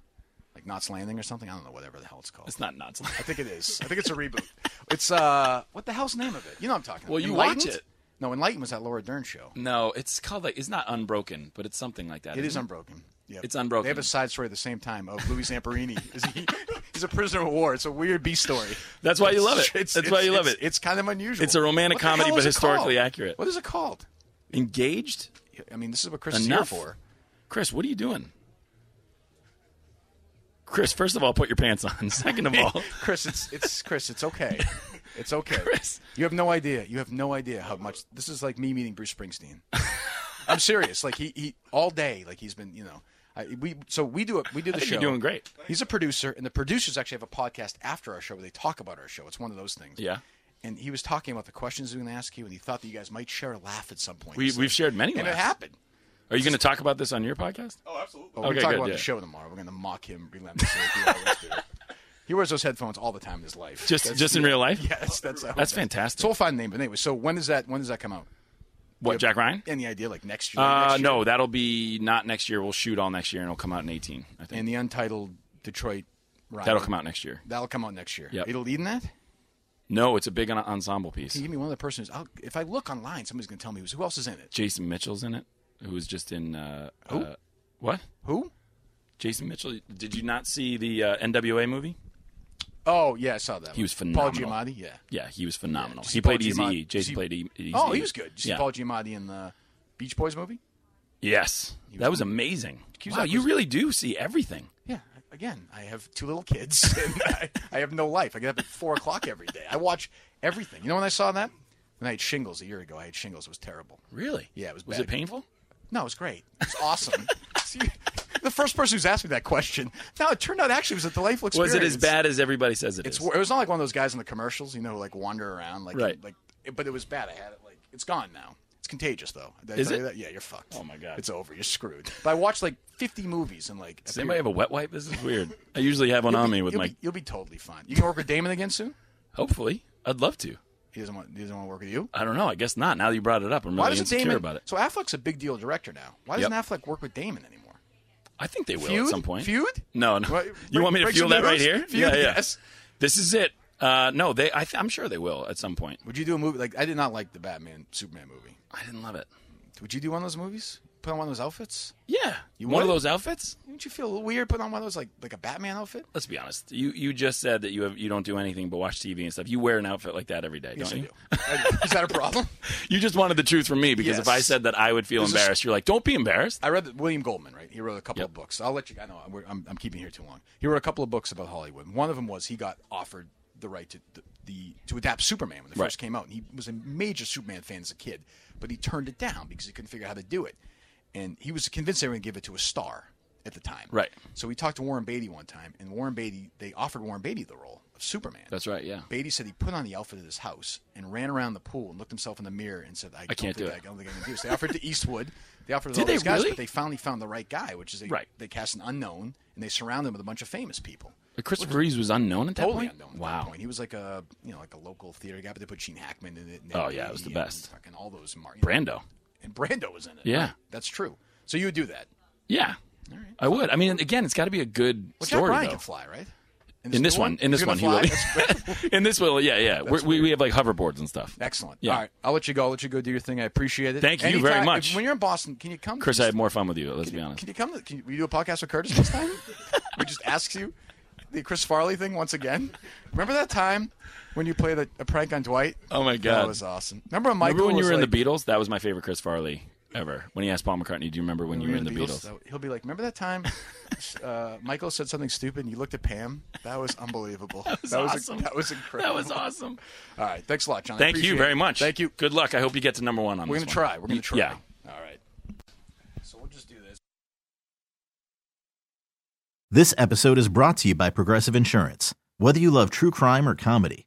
Speaker 2: Like Knots Landing or something? I don't know. Whatever the hell it's called.
Speaker 4: It's not nuts.
Speaker 2: I think it is. I think it's a reboot. It's uh, what the hell's the name of it? You know what I'm talking about.
Speaker 4: Well, you
Speaker 2: Enlightened?
Speaker 4: watch it.
Speaker 2: No, Enlightened was that Laura Dern show.
Speaker 4: no, it's called like it's not unbroken, but it's something like that.
Speaker 2: It
Speaker 4: isn't
Speaker 2: is Unbroken. Yeah,
Speaker 4: It's Unbroken.
Speaker 2: They have a side story at the same time of Louis Zamperini. Is he, he's a prisoner of war. It's a weird B story.
Speaker 4: That's why you love it.
Speaker 2: It's-
Speaker 4: That's
Speaker 2: it's-
Speaker 4: why you love
Speaker 2: it's-
Speaker 4: it.
Speaker 2: It's kind of unusual.
Speaker 4: It's a romantic
Speaker 2: What the hell
Speaker 4: comedy,
Speaker 2: is
Speaker 4: but
Speaker 2: it called?
Speaker 4: historically accurate.
Speaker 2: What is it called?
Speaker 4: Engaged?
Speaker 2: I mean, this is what Chris is here
Speaker 4: Enough.
Speaker 2: for.
Speaker 4: Chris, what are you doing? Chris, first of all, put your pants on. Second of all,
Speaker 2: Chris, it's it's Chris. It's okay. It's okay.
Speaker 4: Chris.
Speaker 2: you have no idea. You have no idea how much this is like me meeting Bruce Springsteen. I'm serious. Like he, he all day. Like he's been. You know, I, we so we do it. We do the
Speaker 4: I think
Speaker 2: show.
Speaker 4: you're doing great.
Speaker 2: He's a producer, and the producers actually have a podcast after our show where they talk about our show. It's one of those things.
Speaker 4: Yeah.
Speaker 2: And he was talking about the questions he was going to ask you, and he thought that you guys might share a laugh at some point.
Speaker 4: we, we've shared many.
Speaker 2: and it
Speaker 4: laughs.
Speaker 2: happened.
Speaker 4: Are you going to talk about this on your podcast?
Speaker 6: Oh, absolutely.
Speaker 2: But we're
Speaker 4: Okay,
Speaker 2: talking
Speaker 4: good,
Speaker 2: about
Speaker 4: yeah.
Speaker 2: the show tomorrow. We're going to mock him relentlessly. like we always do. He wears those headphones all the time in his life.
Speaker 4: Just just in real life?
Speaker 2: yeah, that's that's, how-
Speaker 4: That's fantastic.
Speaker 2: So we'll find the name. But anyway, so when does that when does that come out?
Speaker 4: what, Jack Ryan?
Speaker 2: Any idea? Like next year?
Speaker 4: Uh,
Speaker 2: next year?
Speaker 4: no, that'll be not next year. We'll shoot all next year, and it'll come out in 18. I think
Speaker 2: And the untitled Detroit. Riot.
Speaker 4: that'll come out next year.
Speaker 2: That'll come out next year.
Speaker 4: Yep.
Speaker 2: It'll lead in that.
Speaker 4: No, it's a big en- ensemble piece.
Speaker 2: Can you give me one of the persons? I'll, if I look online, somebody's going to tell me who's, who else is in it.
Speaker 4: Jason Mitchell's in it, who was just in. Uh,
Speaker 2: Who?
Speaker 4: Uh, what?
Speaker 2: Who?
Speaker 4: Jason Mitchell? Did you not see the uh, NWA movie?
Speaker 2: Oh yeah, I saw that.
Speaker 4: He
Speaker 2: one.
Speaker 4: was phenomenal.
Speaker 2: Paul Giamatti. Yeah.
Speaker 4: Yeah, he was phenomenal.
Speaker 2: Did you see
Speaker 4: he played
Speaker 2: Paul
Speaker 4: Easy
Speaker 2: Giamatti?
Speaker 4: E. Jason
Speaker 2: Did you-
Speaker 4: played E- Easy
Speaker 2: Oh, he
Speaker 4: E.
Speaker 2: was good. Did you
Speaker 4: Yeah.
Speaker 2: see Paul Giamatti in the Beach Boys movie?
Speaker 4: Yes, that was amazing. Wow, you really do see everything.
Speaker 2: Yeah. Again, I have two little kids. and I, I have no life. I get up at four o'clock every day. I watch everything. You know when I saw that? When I had shingles a year ago, I had shingles. It was terrible.
Speaker 4: Really?
Speaker 2: Yeah, it was
Speaker 4: Was
Speaker 2: bad.
Speaker 4: it painful?
Speaker 2: No, it was great. It was awesome. See, the first person who's asked me that question. No, it turned out actually it was a delightful experience.
Speaker 4: Was it as bad as everybody says it
Speaker 2: It's
Speaker 4: is?
Speaker 2: wor- it was not like one of those guys in the commercials, you know, who like wander around like
Speaker 4: Right.
Speaker 2: like. It, but it was bad. I had it like it's gone now. It's contagious though. Did I
Speaker 4: Is
Speaker 2: tell you
Speaker 4: it?
Speaker 2: that? Yeah, you're fucked.
Speaker 4: Oh, my God.
Speaker 2: it's over. You're screwed. But I watched like 50 movies and like.
Speaker 4: Does anybody have a wet wipe? This is weird. I usually have one on me with
Speaker 2: you'll
Speaker 4: my.
Speaker 2: Be, you'll be totally fine. You can work with Damon again soon.
Speaker 4: Hopefully, I'd love to.
Speaker 2: He doesn't want. He doesn't want to work with you.
Speaker 4: I don't know. I guess not. Now that you brought it up, I'm really
Speaker 2: doesn't
Speaker 4: insecure
Speaker 2: Damon?
Speaker 4: about it.
Speaker 2: So Affleck's a big deal director now. Why doesn't Affleck work with Damon anymore?
Speaker 4: I think they will
Speaker 2: Feud?
Speaker 4: at some point.
Speaker 2: Feud?
Speaker 4: No, no.
Speaker 2: What-
Speaker 4: you
Speaker 2: break-
Speaker 4: want me to
Speaker 2: break
Speaker 4: feel
Speaker 2: some
Speaker 4: that right
Speaker 2: news?
Speaker 4: here?
Speaker 2: Feud,
Speaker 4: yeah, yeah.
Speaker 2: yes.
Speaker 4: This is it. Uh, no, they. I th- I'm sure they will at some point.
Speaker 2: Would you do a movie like I did not like the Batman Superman movie?
Speaker 4: I didn't love it.
Speaker 2: Would you do one of those movies? Put on one of those outfits?
Speaker 4: Yeah, one of
Speaker 2: would?
Speaker 4: those outfits.
Speaker 2: Wouldn't you feel a little weird putting on one of those like like a Batman outfit?
Speaker 4: Let's be honest. You you just said that you have you don't do anything but watch TV and stuff. You wear an outfit like that every day,
Speaker 2: Yes, I
Speaker 4: don't you?
Speaker 2: do. I- Is that a problem?
Speaker 4: You just wanted the truth from me because if
Speaker 2: Yes.
Speaker 4: I said that I would feel
Speaker 2: This is-
Speaker 4: embarrassed, you're like, don't be embarrassed.
Speaker 2: I read that William Goldman, right? He wrote a couple
Speaker 4: Yep.
Speaker 2: of books. I'll let you. I know we're- I'm, I'm keeping here too long. He wrote a couple of books about Hollywood. One of them was he got offered the right to the, the to adapt Superman when it
Speaker 4: Right.
Speaker 2: first came out, and he was a major Superman fan as a kid, but he turned it down because he couldn't figure out how to do it, and he was convinced they were going to give it to a star at the time.
Speaker 4: Right.
Speaker 2: So we talked to Warren Beatty one time, and Warren Beatty they offered Warren Beatty the role of Superman.
Speaker 4: That's right. Yeah.
Speaker 2: Beatty said he put on the outfit at his house and ran around the pool and looked himself in the mirror and said, "I, don't think
Speaker 4: can't do
Speaker 2: I,
Speaker 4: it."
Speaker 2: I don't think I can do this." They offered to Eastwood. They offered to
Speaker 4: Did
Speaker 2: all
Speaker 4: they
Speaker 2: these guys,
Speaker 4: really?
Speaker 2: but they finally found the right guy, which is they,
Speaker 4: Right.
Speaker 2: they cast an unknown and they surround him with a bunch of famous people.
Speaker 4: But Christopher Reeves was unknown at that
Speaker 2: Totally
Speaker 4: point.
Speaker 2: unknown. At
Speaker 4: wow.
Speaker 2: That point. He was like a you know like a local theater guy, but they put Gene Hackman in it. And
Speaker 4: Oh,
Speaker 2: Eddie
Speaker 4: yeah, it was the
Speaker 2: and
Speaker 4: best.
Speaker 2: Fucking all those Mar- you know,
Speaker 4: Brando.
Speaker 2: and Brando was in it.
Speaker 4: Yeah.
Speaker 2: right? that's true. So you would do that.
Speaker 4: Yeah. I would. I mean, again, it's got to be a good
Speaker 2: Well, Jack
Speaker 4: story
Speaker 2: Ryan
Speaker 4: though.
Speaker 2: can fly, right?
Speaker 4: In this
Speaker 2: new
Speaker 4: one, in this
Speaker 2: He's gonna
Speaker 4: one, he
Speaker 2: fly?
Speaker 4: will.
Speaker 2: That's-
Speaker 4: In this will, yeah, yeah. We're, we we have like hoverboards and stuff.
Speaker 2: Excellent.
Speaker 4: Yeah.
Speaker 2: All right, I'll let you go. I'll let you go do your thing. I appreciate it.
Speaker 4: Thank you very
Speaker 2: Anytime-
Speaker 4: much.
Speaker 2: if- when you're in Boston, can you come?
Speaker 4: Chris,
Speaker 2: to
Speaker 4: I had more fun with you. Let's
Speaker 2: Can
Speaker 4: be
Speaker 2: you-
Speaker 4: honest.
Speaker 2: Can you come? to- Can you, we do a podcast with Curtis next time? we just asks you the Chris Farley thing once again. Remember that time when you played a, a prank on Dwight?
Speaker 4: Oh, my
Speaker 2: that
Speaker 4: God.
Speaker 2: was awesome. Remember when Michael
Speaker 4: remember when you
Speaker 2: was
Speaker 4: were
Speaker 2: like,
Speaker 4: in the Beatles? That was my favorite Chris Farley ever. When he asked Paul McCartney, "Do you remember when you were in the Beatles?"
Speaker 2: So He'll be like, "Remember that time uh, Michael said something stupid and you looked at Pam? That was unbelievable. that was,
Speaker 4: awesome.
Speaker 2: that was
Speaker 4: That
Speaker 2: incredible.
Speaker 4: was awesome.
Speaker 2: All right, thanks a lot, John. I
Speaker 4: Thank you
Speaker 2: appreciate
Speaker 4: very
Speaker 2: it.
Speaker 4: much.
Speaker 2: Thank you.
Speaker 4: Good luck. I hope you get to number one on
Speaker 2: We're
Speaker 4: this
Speaker 2: gonna try. We're gonna try.
Speaker 4: Yeah.
Speaker 2: All right. So we'll just do this.
Speaker 1: This episode is brought to you by Progressive Insurance. Whether you love true crime or comedy,